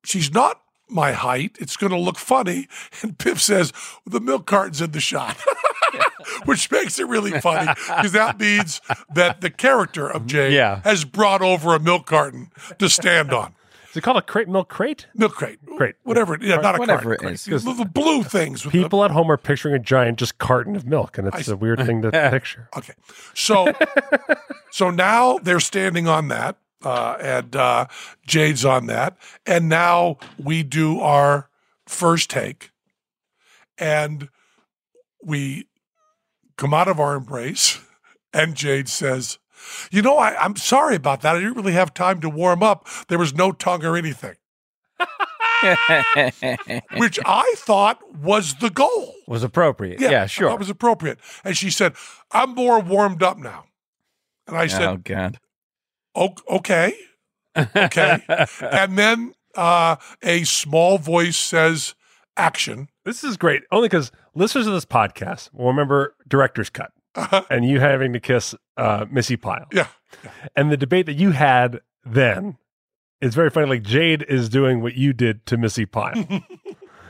she's not my height. It's going to look funny. (laughs) And Pip says, the milk carton's in the shot. (laughs) Which makes it really funny because that means that the character of Jane
Mm-hmm. Yeah.
has brought over a milk carton to stand on.
Is it called a crate milk crate?
Milk crate.
Crate.
Whatever. it- Yeah, not a
Whatever
carton.
it
crate.
is.
The, the blue things. With the-
People at home are picturing a giant just carton of milk, and it's a weird
(laughs)
thing to picture.
Okay. So so now they're standing on that, uh, and uh, Jade's on that, and now we do our first take, and we come out of our embrace, (laughs) and Jade says. You know, I, I'm sorry about that. I didn't really have time to warm up. There was no tongue or
(laughs)
anything, which I thought was the goal.
Was appropriate. Yeah, sure.
That was appropriate. And she said, I'm more warmed up now. And I
oh
said,
God.
"O- okay.
(laughs)
Okay. and then uh, a small voice says, action.
This is great, only because listeners of this podcast will remember Director's Cut
Uh-huh.
and you having to kiss uh, Missy Pyle.
Yeah.
And the debate that you had then is very funny. Like, Jade is doing what you did to Missy Pyle.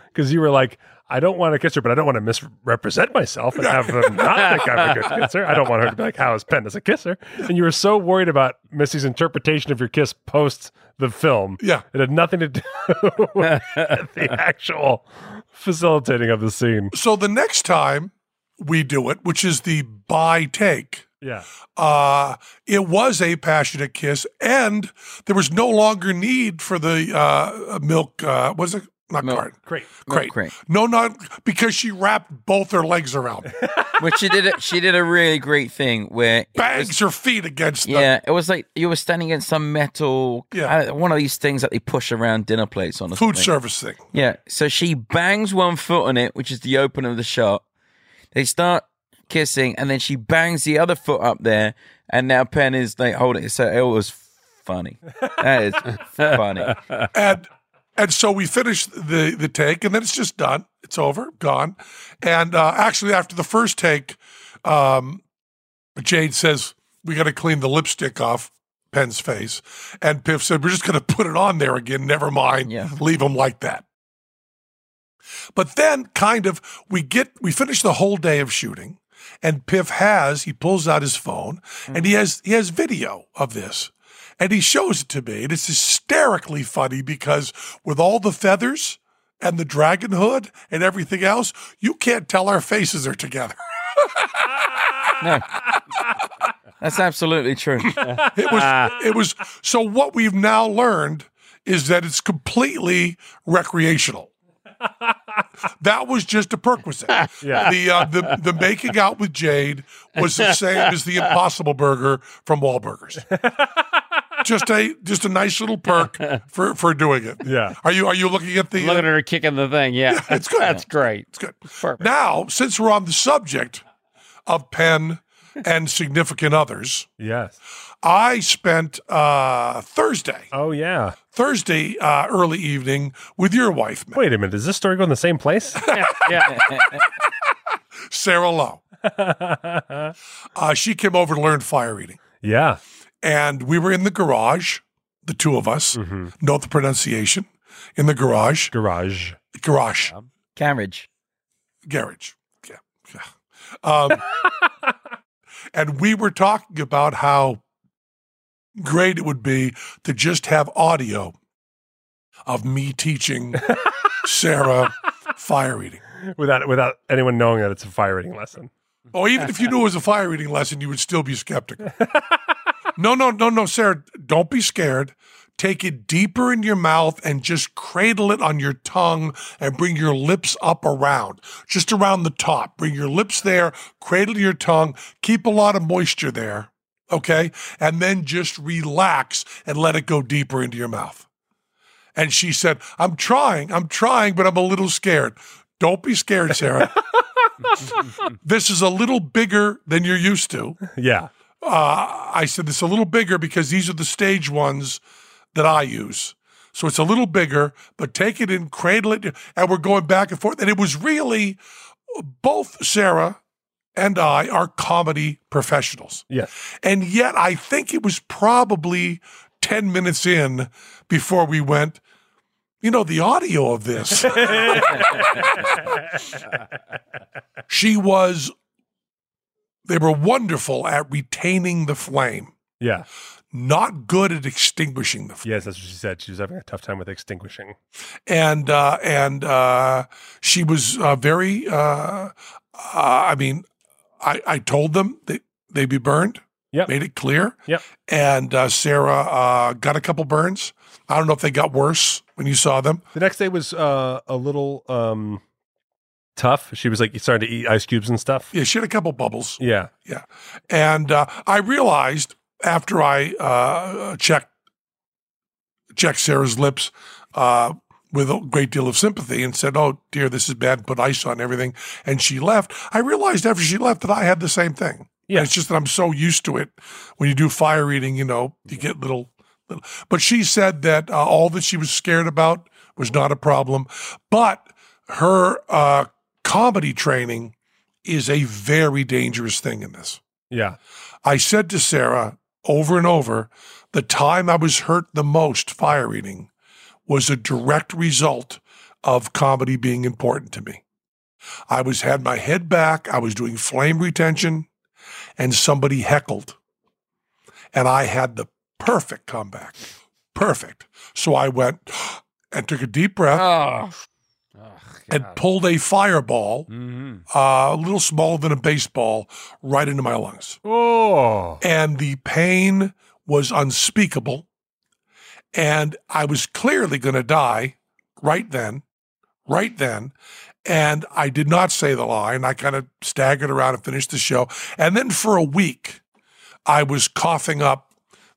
Because you were like, I don't want to kiss her, but I don't want to misrepresent myself and have them not think I'm a good kisser. I don't want her to be like, how is Penn as a kisser? And you were so worried about Missy's interpretation of your kiss post the film.
Yeah.
It had nothing to do (laughs) with the actual facilitating of the scene.
So the next time we do it, which is the by take,
Yeah.
uh, it was a passionate kiss, and there was no longer need for the uh, milk. Uh, was it not
Milk.
carton?
Great.
Milk
Crate.
crate.
No, not because she wrapped both her legs around,
(laughs)
it.
Which she did. A, she did a really great thing where. it was-
bangs her feet against the
yeah, it was like you were standing against some metal,
Yeah.
yeah. one of these things that they push around dinner plates on. or
food
something.
service thing.
Yeah. So she bangs one foot on it, which is the open of the shot. They start kissing, and then she bangs the other foot up there, and now Penn is like holding it. So it was funny. That is funny.
and and so we finish the the take, and then it's just done. It's over, gone. And uh, actually, after the first take, um, Jade says we got to clean the lipstick off Penn's face, and Piff said we're just going to put it on there again. Never mind,
Yeah.
leave him like that. But then, kind of, we get we finish the whole day of shooting, and Piff has he pulls out his phone and he has he has video of this, and he shows it to me, and it's hysterically funny because with all the feathers and the dragon hood and everything else, you can't tell our faces are together.
That's absolutely true.
It
Ah.
was it was so what we've now learned is that it's completely recreational. That was just a perquisite.
(laughs) Yeah.
The, uh, the the making out with Jade was the same as the Impossible Burger from Wahlburgers. Just a just a nice little perk for for doing it.
Yeah.
Are you are you looking at the?
Look at her kicking the thing. Yeah,
it's good.
That's great.
it's good.
Perfect.
Now, since we're on the subject of Penn and significant others,
Yes.
I spent uh, Thursday
Oh, yeah.
Thursday uh, early evening with your wife, Matt,
Wait a minute. Is this story going the same place? (laughs)
(laughs)
Yeah,
Sarah Lowe. uh, she came over to learn fire eating,
yeah.
and we were in the garage, the two of us. Note the pronunciation in the garage,
Garage.
garage,
Carriage.
garage. Yeah, yeah. Um, and we were talking about how great it would be to just have audio of me teaching Sarah fire eating.
Without without anyone knowing that it's a fire rating lesson. (laughs)
(laughs) Oh, even if you knew it was a fire eating lesson, you would still be skeptical. no, no, no, no, Sarah, don't be scared. Take it deeper in your mouth and just cradle it on your tongue and bring your lips up around, just around the top. Bring your lips there, cradle your tongue, keep a lot of moisture there, okay? And then just relax and let it go deeper into your mouth. And she said, I'm trying, I'm trying, but I'm a little scared. Don't be scared, Sarah. this is a little bigger than you're used to.
Yeah.
uh, I said it's a little bigger because these are the stage ones that I use. So it's a little bigger, but take it and cradle it, and we're going back and forth. And it was really both Sarah and I are comedy professionals.
Yes.
And yet, I think it was probably 10 minutes in before we went, you know, the audio of this. she was, they were wonderful at retaining the flame,
Yeah.
not good at extinguishing the flame.
Yes, that's what she said. She was having a tough time with extinguishing.
and uh, and uh, she was uh, very. Uh, uh, I mean, I, I told them that they'd be burned.
Yep.
made it clear.
Yep.
and uh, Sarah uh, got a couple burns. I don't know if they got worse when you saw them.
The next day was uh, a little um, tough. She was like starting to eat ice cubes and stuff.
Yeah, she had a couple bubbles,
Yeah.
and uh, I realized after I uh, checked checked Sarah's lips. Uh, with a great deal of sympathy and said, Oh dear, this is bad, put ice on everything. And she left. I realized after she left that I had the same thing.
Yeah.
It's just that I'm so used to it. When you do fire eating, you know, you get little, little. But she said that uh, all that she was scared about was not a problem. But her uh, comedy training is a very dangerous thing in this.
Yeah.
I said to Sarah over and over, the time I was hurt the most fire eating was a direct result of comedy being important to me. I was had my head back, I was doing flame retention, and somebody heckled. And I had the perfect comeback. Perfect. So I went and took a deep breath
Oh,
and pulled a fireball,
Mm.
hmm
Mm-hmm.
uh, a little smaller than a baseball, right into my lungs
Oh.
and the pain was unspeakable. And I was clearly going to die right then, right then. And I did not say the line. I kind of staggered around and finished the show. And then for a week, I was coughing up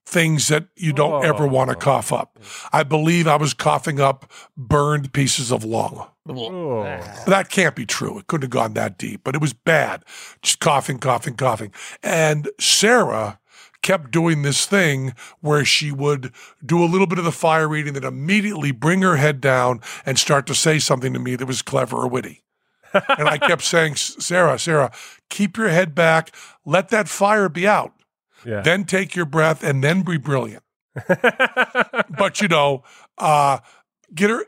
things that you don't ever want to cough up. I believe I was coughing up burned pieces of lung.
Oh.
That can't be true. It couldn't have gone that deep, but it was bad. Just coughing, coughing, coughing. And Sarah kept doing this thing where she would do a little bit of the fire reading, then immediately bring her head down and start to say something to me that was clever or witty. and I kept saying, Sarah, Sarah, keep your head back, let that fire be out,
Yeah.
then take your breath, and then be brilliant
(laughs)
but you know, uh, get her,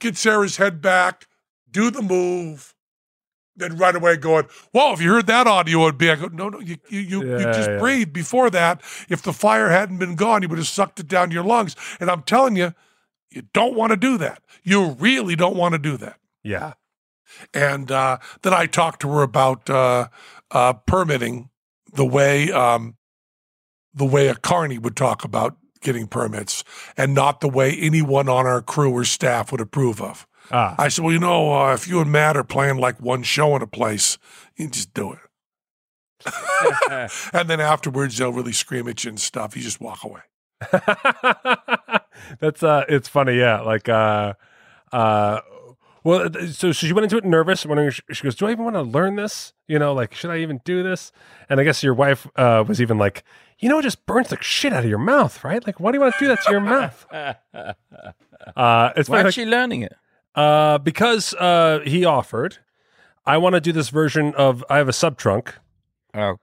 get Sarah's head back, do the move, then right away going, "Whoa!" If you heard that audio, it'd be I go, "No, no, you you you, you
Yeah,
just
yeah.
breathed before that. If the fire hadn't been gone, you would have sucked it down to your lungs." And I'm telling you, you don't want to do that. You really don't want to do that.
yeah.
And uh, then I talked to her about uh, uh, permitting the way um, the way a carney would talk about getting permits, and not the way anyone on our crew or staff would approve of.
Ah.
I said, well, you know, uh, if you and Matt are playing like one show in a place, you just do it.
Ah.
(laughs) and then afterwards, they'll really scream at you and stuff. You just walk away.
(laughs) That's uh it's funny, yeah. Like uh uh well th- so so she went into it nervous, wondering if she she goes, Do I even want to learn this? You know, like should I even do this? And I guess your wife uh was even like, you know, it just burns the shit out of your mouth, right? Like why do you want to do that to your mouth? Uh it's
Why
funny,
is
like,
she learning it?
uh because uh he offered, I want to do this version of I have a sub trunk.
Oh,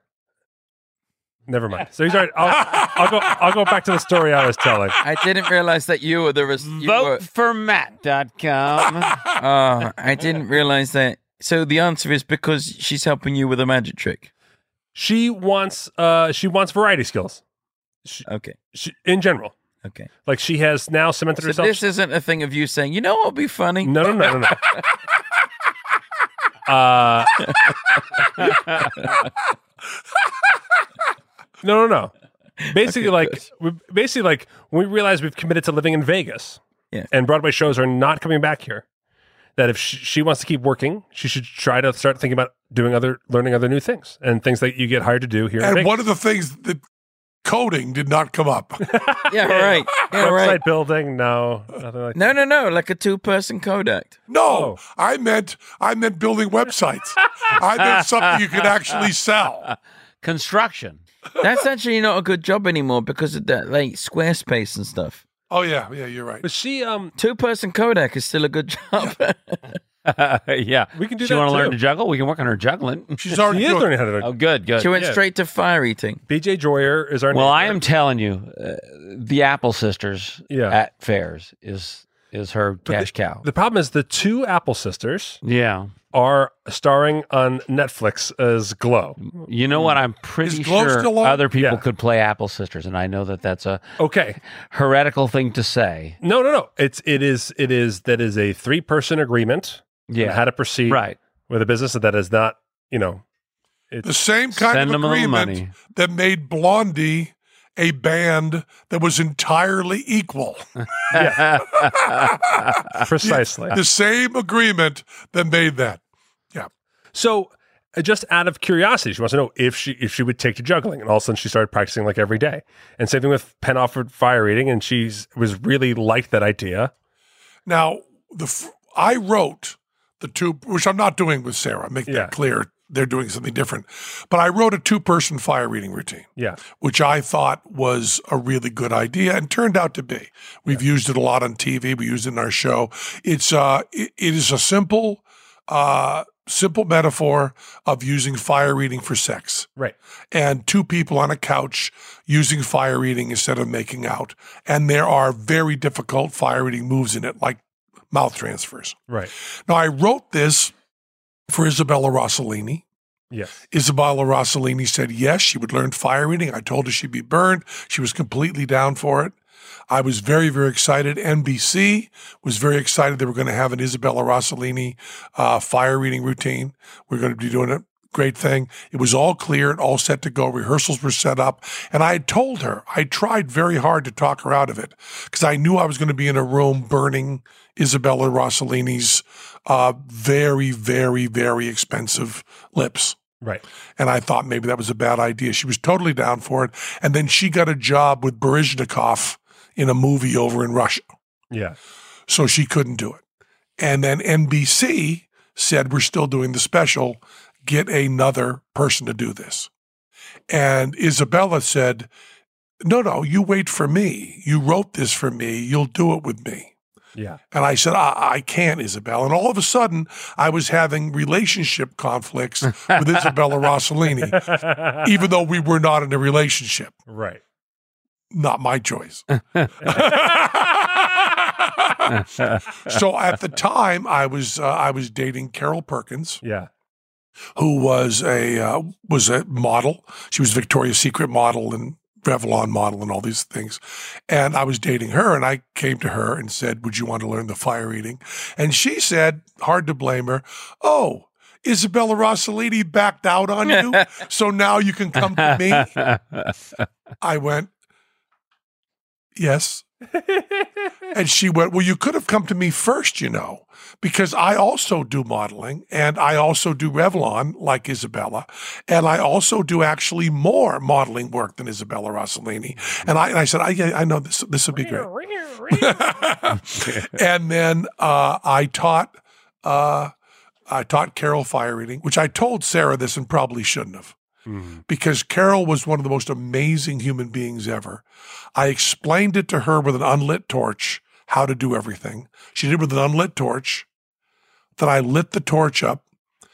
Never mind. So he's all right. I'll, I'll go. I'll go back to the story I was telling.
I didn't realize that you were the res- you
uh, (laughs)
were-
Voteformat.com.
Oh, I didn't realize that. So the answer is because she's helping you with a magic trick.
She wants. Uh, she wants variety skills.
Okay,
she, in general.
okay.
Like she has now cemented
So
herself.
this isn't a thing of you saying, you know what would be funny?
no,
(laughs)
no, no, no, no. uh, no, no, no. Basically,
Okay,
like
good.
we, basically like when we realize we've committed to living in Vegas,
Yeah.
and Broadway shows are not coming back here. That if she, she wants to keep working, she should try to start thinking about doing other, learning other new things and things that you get hired to do here. in
And
Vegas.
one of the things that coding did not come up.
Yeah, right. Yeah,
website
right.
building? No, nothing like
No, no, no. Like a two-person Kodak.
No,
Oh.
I meant I meant building websites. I meant something you could actually sell.
construction.
That's actually not a good job anymore because of that, like Squarespace and stuff.
Oh yeah, yeah, you're right.
But she, um,
Two person Kodak is still a good (laughs) job.
yeah.
We can do
She
that
wanna learn
too.
to juggle? We can work on her juggling.
She's already
he is
doing
learning how to.
Oh, good, good.
she went
Yeah.
straight to fire eating.
BJ Droyer is our.
Well,
neighbor.
I am telling you, uh, the Apple Sisters
Yeah.
at fairs is is her cash cow.
The problem is the two Apple sisters
yeah,
are starring on Netflix as Glow.
you know what? I'm
Is
pretty
Glow
sure
still on?
other people
Yeah.
could play Apple Sisters, and I know that that's a
Okay,
heretical thing to say.
no, no, no. It's it is it is that is a three person agreement. on
Yeah,
how to proceed
right.
with a business that is not you know
the same kind
Send
of
them a little
agreement
money.
that made Blondie a band that was entirely
(laughs)
equal.
yeah precisely.
the same agreement that made that.
So, uh, just out of curiosity, she wants to know if she if she would take to juggling, and all of a sudden she started practicing like every day. And same thing with Penn offered fire eating, and she's was really liked that idea.
Now, the f- I wrote the two, which I'm not doing with Sarah. Make
Yeah.
that clear. They're doing something different. But I wrote a two-person fire reading routine.
Yeah,
which I thought was a really good idea and turned out to be. We've used it a lot on TV. We used it in our show. It's uh, it, it is a simple, uh, simple metaphor of using fire eating for sex
right.
and two people on a couch using fire eating instead of making out. And there are very difficult fire eating moves in it, like mouth transfers.
Right.
Now I wrote this for Isabella Rossellini.
Yes.
Isabella Rossellini said yes, she would learn fire eating. I told her she'd be burned. She was completely down for it. I was very, very excited. NBC was very excited they were going to have an Isabella Rossellini uh, fire eating routine. We're going to be doing a great thing. It was all clear and all set to go. Rehearsals were set up. And I had told her, I tried very hard to talk her out of it because I knew I was going to be in a room burning Isabella Rossellini's uh, very, very, very expensive lips.
Right.
And I thought maybe that was a bad idea. She was totally down for it. And then she got a job with Baryshnikov in a movie over in Russia.
Yeah.
So she couldn't do it. And then NBC said, We're still doing the special. Get another person to do this. And Isabella said, No, no, you wait for me. You wrote this for me. You'll do it with me.
Yeah.
And I said, I, I can't, Isabel. And all of a sudden, I was having relationship conflicts with Isabella Rossellini, even though we were not in a relationship.
right.
Not my choice. (laughs) so at the time, I was uh, I was dating Carol Perkins,
Yeah.
who was a uh, was a model. She was Victoria's Secret model and Revlon model and all these things. And I was dating her, and I came to her and said, "Would you want to learn the fire eating?" And she said, hard to blame her, "Oh." Isabella Rossellini backed out on you, so now you can come to me. I went, Yes. and she went, Well, you could have come to me first, you know, because I also do modeling and I also do Revlon, like Isabella. And I also do actually more modeling work than Isabella Rossellini. And I, and I said, I, yeah, I know this, this would be great. (laughs) and then uh, I taught. Uh, I taught Carol fire eating, which I told Sarah this and probably shouldn't have because Carol was one of the most amazing human beings ever. I explained it to her with an unlit torch how to do everything. She did it with an unlit torch. Then I lit the torch up.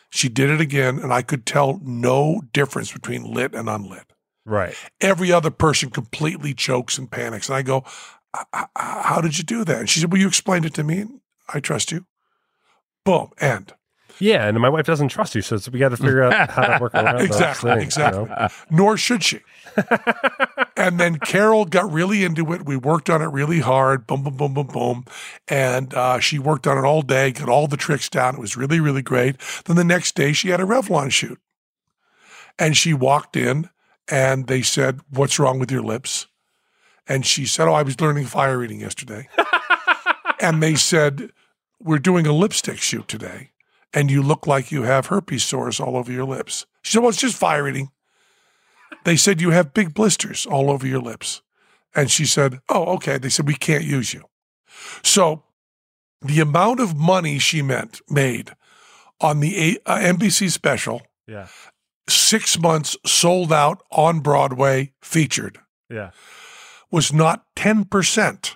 She did it again, and I could tell no difference between lit and unlit.
Right.
Every other person completely chokes and panics. And I go, "H- h- How did you do that? And she said, Well, you explained it to me. and I trust you. Boom, end.
Yeah, and my wife doesn't trust you, so it's- we
(laughs)
got to figure out how to work around those
Exactly,
things, you
exactly.
know?
Nor should she. and then Carol got really into it. We worked on it really hard. Boom, boom, boom, boom, boom. And uh, she worked on it all day, got all the tricks down. It was really, really great. Then the next day, she had a Revlon shoot. And she walked in and they said, What's wrong with your lips? And she said, Oh, I was learning fire eating yesterday. and they said, We're doing a lipstick shoot today. And you look like you have herpes sores all over your lips. She said, Well, it's just fire eating. They said, You have big blisters all over your lips. And she said, Oh, okay. They said, We can't use you. So the amount of money she meant, made on the A- uh, NBC special
Yeah.
six months sold out on Broadway featured
Yeah.
was not 10%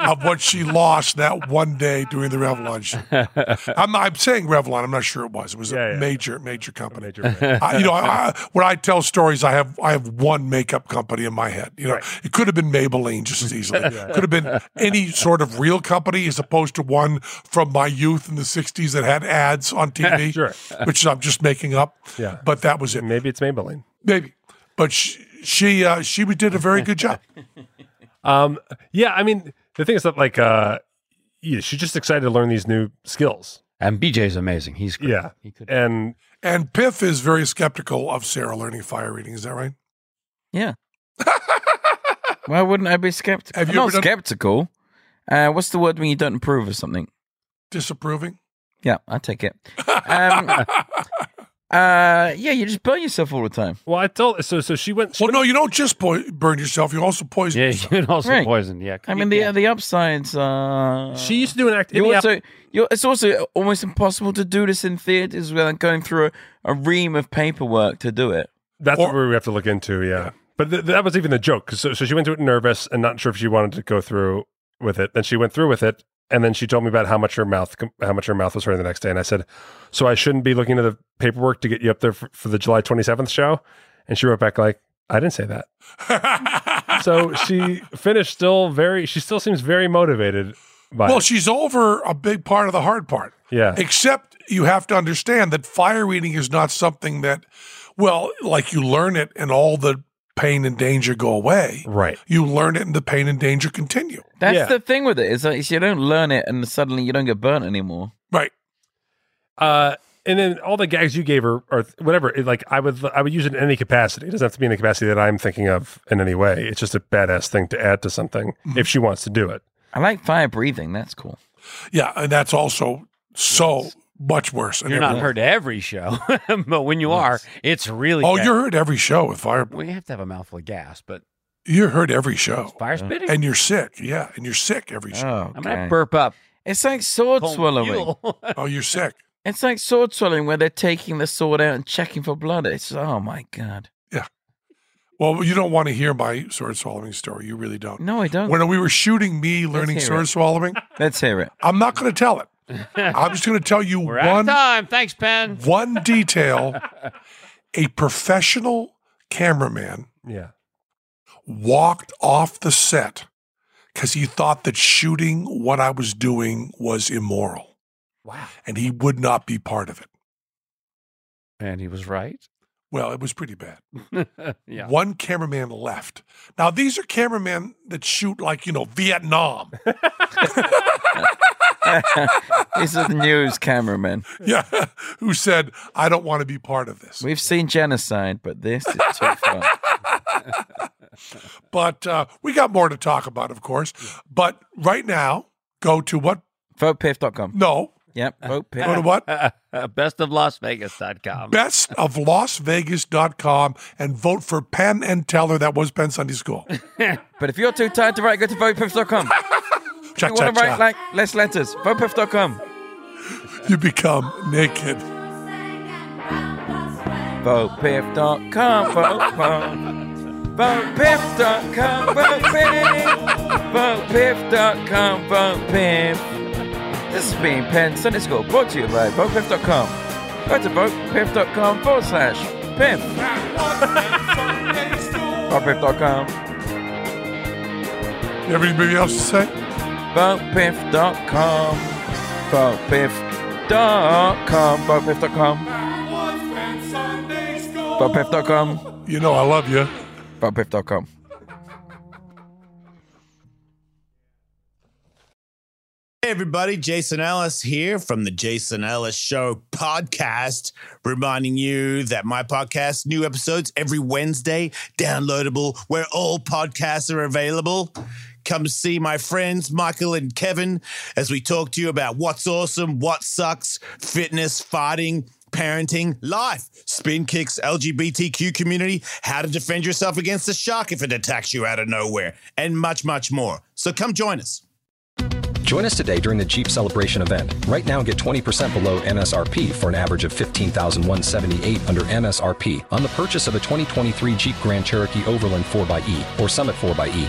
of what
(laughs)
she lost that one day during the Revlon show.
(laughs)
I'm, I'm saying Revlon, I'm not sure it was. It was
Yeah,
a
yeah.
major, major company.
Major brand.
I, you
(laughs)
know, I, I- when I tell stories, I have I have one makeup company in my head. You know, it could have been Maybelline just as
(laughs)
easily. Could have been any sort of real company as opposed to one from my youth in the '60s that had ads
(laughs)
on TV,
Sure.
which I'm just making up.
Yeah.
but that was it,
Maybe it's Maybelline.
maybe. But she she, uh, she did a very good job.
Um, yeah, I mean, the thing is that like, uh, yeah, she's just excited to learn these new skills.
And BJ's amazing. He's great.
Yeah,
He could-
and
And Piff is very skeptical of Sarah learning fire eating. Is that right?
Yeah. Why wouldn't I be skeptical?
Have
I'm
you
not
ever done-
skeptical. Uh, what's the word when you don't approve of something?
Disapproving.
Yeah, I take it. Um, uh, yeah, you just burn yourself all the time.
well, I told so so she went. She
Well, no, you don't just po- burn yourself; you also
(laughs)
poison.
Yeah,
yourself. (laughs)
you can also
Right.
poison. Yeah.
I mean, the the upsides are
She used to do an act. in
You
the app-
also, you're, it's also almost impossible to do this in theaters without going through a, a ream of paperwork to do it.
That's
Or-
what we have to look into. Yeah, but th- that was even the joke. 'cause So so she went to it nervous and not sure if she wanted to go through with it. Then she went through with it, and then she told me about how much her mouth com- how much her mouth was hurting the next day. And I said, so I shouldn't be looking at the paperwork to get you up there for, for the July twenty seventh show. And she wrote back like, I didn't say that. so
(laughs)
she finished still very she still seems very motivated by
Well,
it.
she's over a big part of the hard part.
yeah
Except you have to understand that fire eating is not something that, well, like you learn it and all the pain and danger go away.
right
You learn it and the pain and danger continue.
That's
Yeah.
the thing with it is that is you don't learn it and suddenly you don't get burnt anymore.
Right.
uh and then all the gags you gave her or whatever it, like i would i would use it in any capacity it doesn't have to be in the capacity that i'm thinking of in any way it's just a badass thing to add to something if she wants to do it
I like fire breathing. That's cool.
Yeah. And that's also so much worse. And
You're not
everything.
heard every show, (laughs) but when you are, it's really.
Oh,
bad.
you're heard every show with fire.
Well, you have to have a mouthful of gas, but
You're heard every show.
fire spitting.
And you're sick. Yeah. And you're sick every show.
Oh,
I'm gonna
okay.
burp up.
it's like sword
cold
swallowing.
fuel. (laughs)
Oh, you're sick.
It's like sword swallowing where they're taking the sword out and checking for blood. It's oh my god.
Well, you don't want to hear my sword swallowing story. You really don't.
No, I don't.
When we were shooting me learning
hear
sword
it.
swallowing,
Let's hear it.
I'm not going to tell it. I'm just going to tell you
We're out of
one
time. Thanks, Penn.
one detail. A professional cameraman
yeah
walked off the set because he thought that shooting what I was doing was immoral. Wow. And he would not be part of it.
And he was right.
Well, it was pretty bad.
yeah.
One cameraman left. Now, these are cameramen that shoot like, you know, Vietnam.
This is news cameraman.
yeah. Who said, I don't want to be part of this.
We've seen genocide, but this is too far.
But uh, we got more to talk about, of course. But right now, go to what?
VotePiff.com.
No,
Yep, votepiff.
go to what?
Bestoflasvegas.com.
Bestoflasvegas.com and vote for Penn and Teller. That was Penn Sunday School.
But if you're too tired to write, go to votepiff.com.
Cha
You want
cha
to write
cha.
like less letters? Votepiff.com.
You become naked.
Votepiff.com. Vote, vote. Votepiff.com. Votepiff. Votepiff.com. Votepiff. This has been Penn Sunday School brought to you by votepiff.com. Go to votepiff.com forward slash piff. Votepiff.com.
You have anything else to say?
Votepiff.com. Votepiff.com. Votepiff.com. Votepiff.com.
You know I love you.
Votepiff.com.
Hey everybody, Jason Ellis here from the Jason Ellis Show podcast, reminding you that my podcast, new episodes every Wednesday, downloadable where all podcasts are available. Come see my friends Michael and Kevin as we talk to you about what's awesome, what sucks, fitness, fighting, parenting, life, spin kicks, LGBTQ community, how to defend yourself against the shark if it attacks you out of nowhere, and much, much more. So come join us.
Join us today during the Jeep Celebration event. Right now, get 20% below MSRP for an average of 15178 under MSRP on the purchase of a 2023 Jeep Grand Cherokee Overland 4xE or Summit 4xE.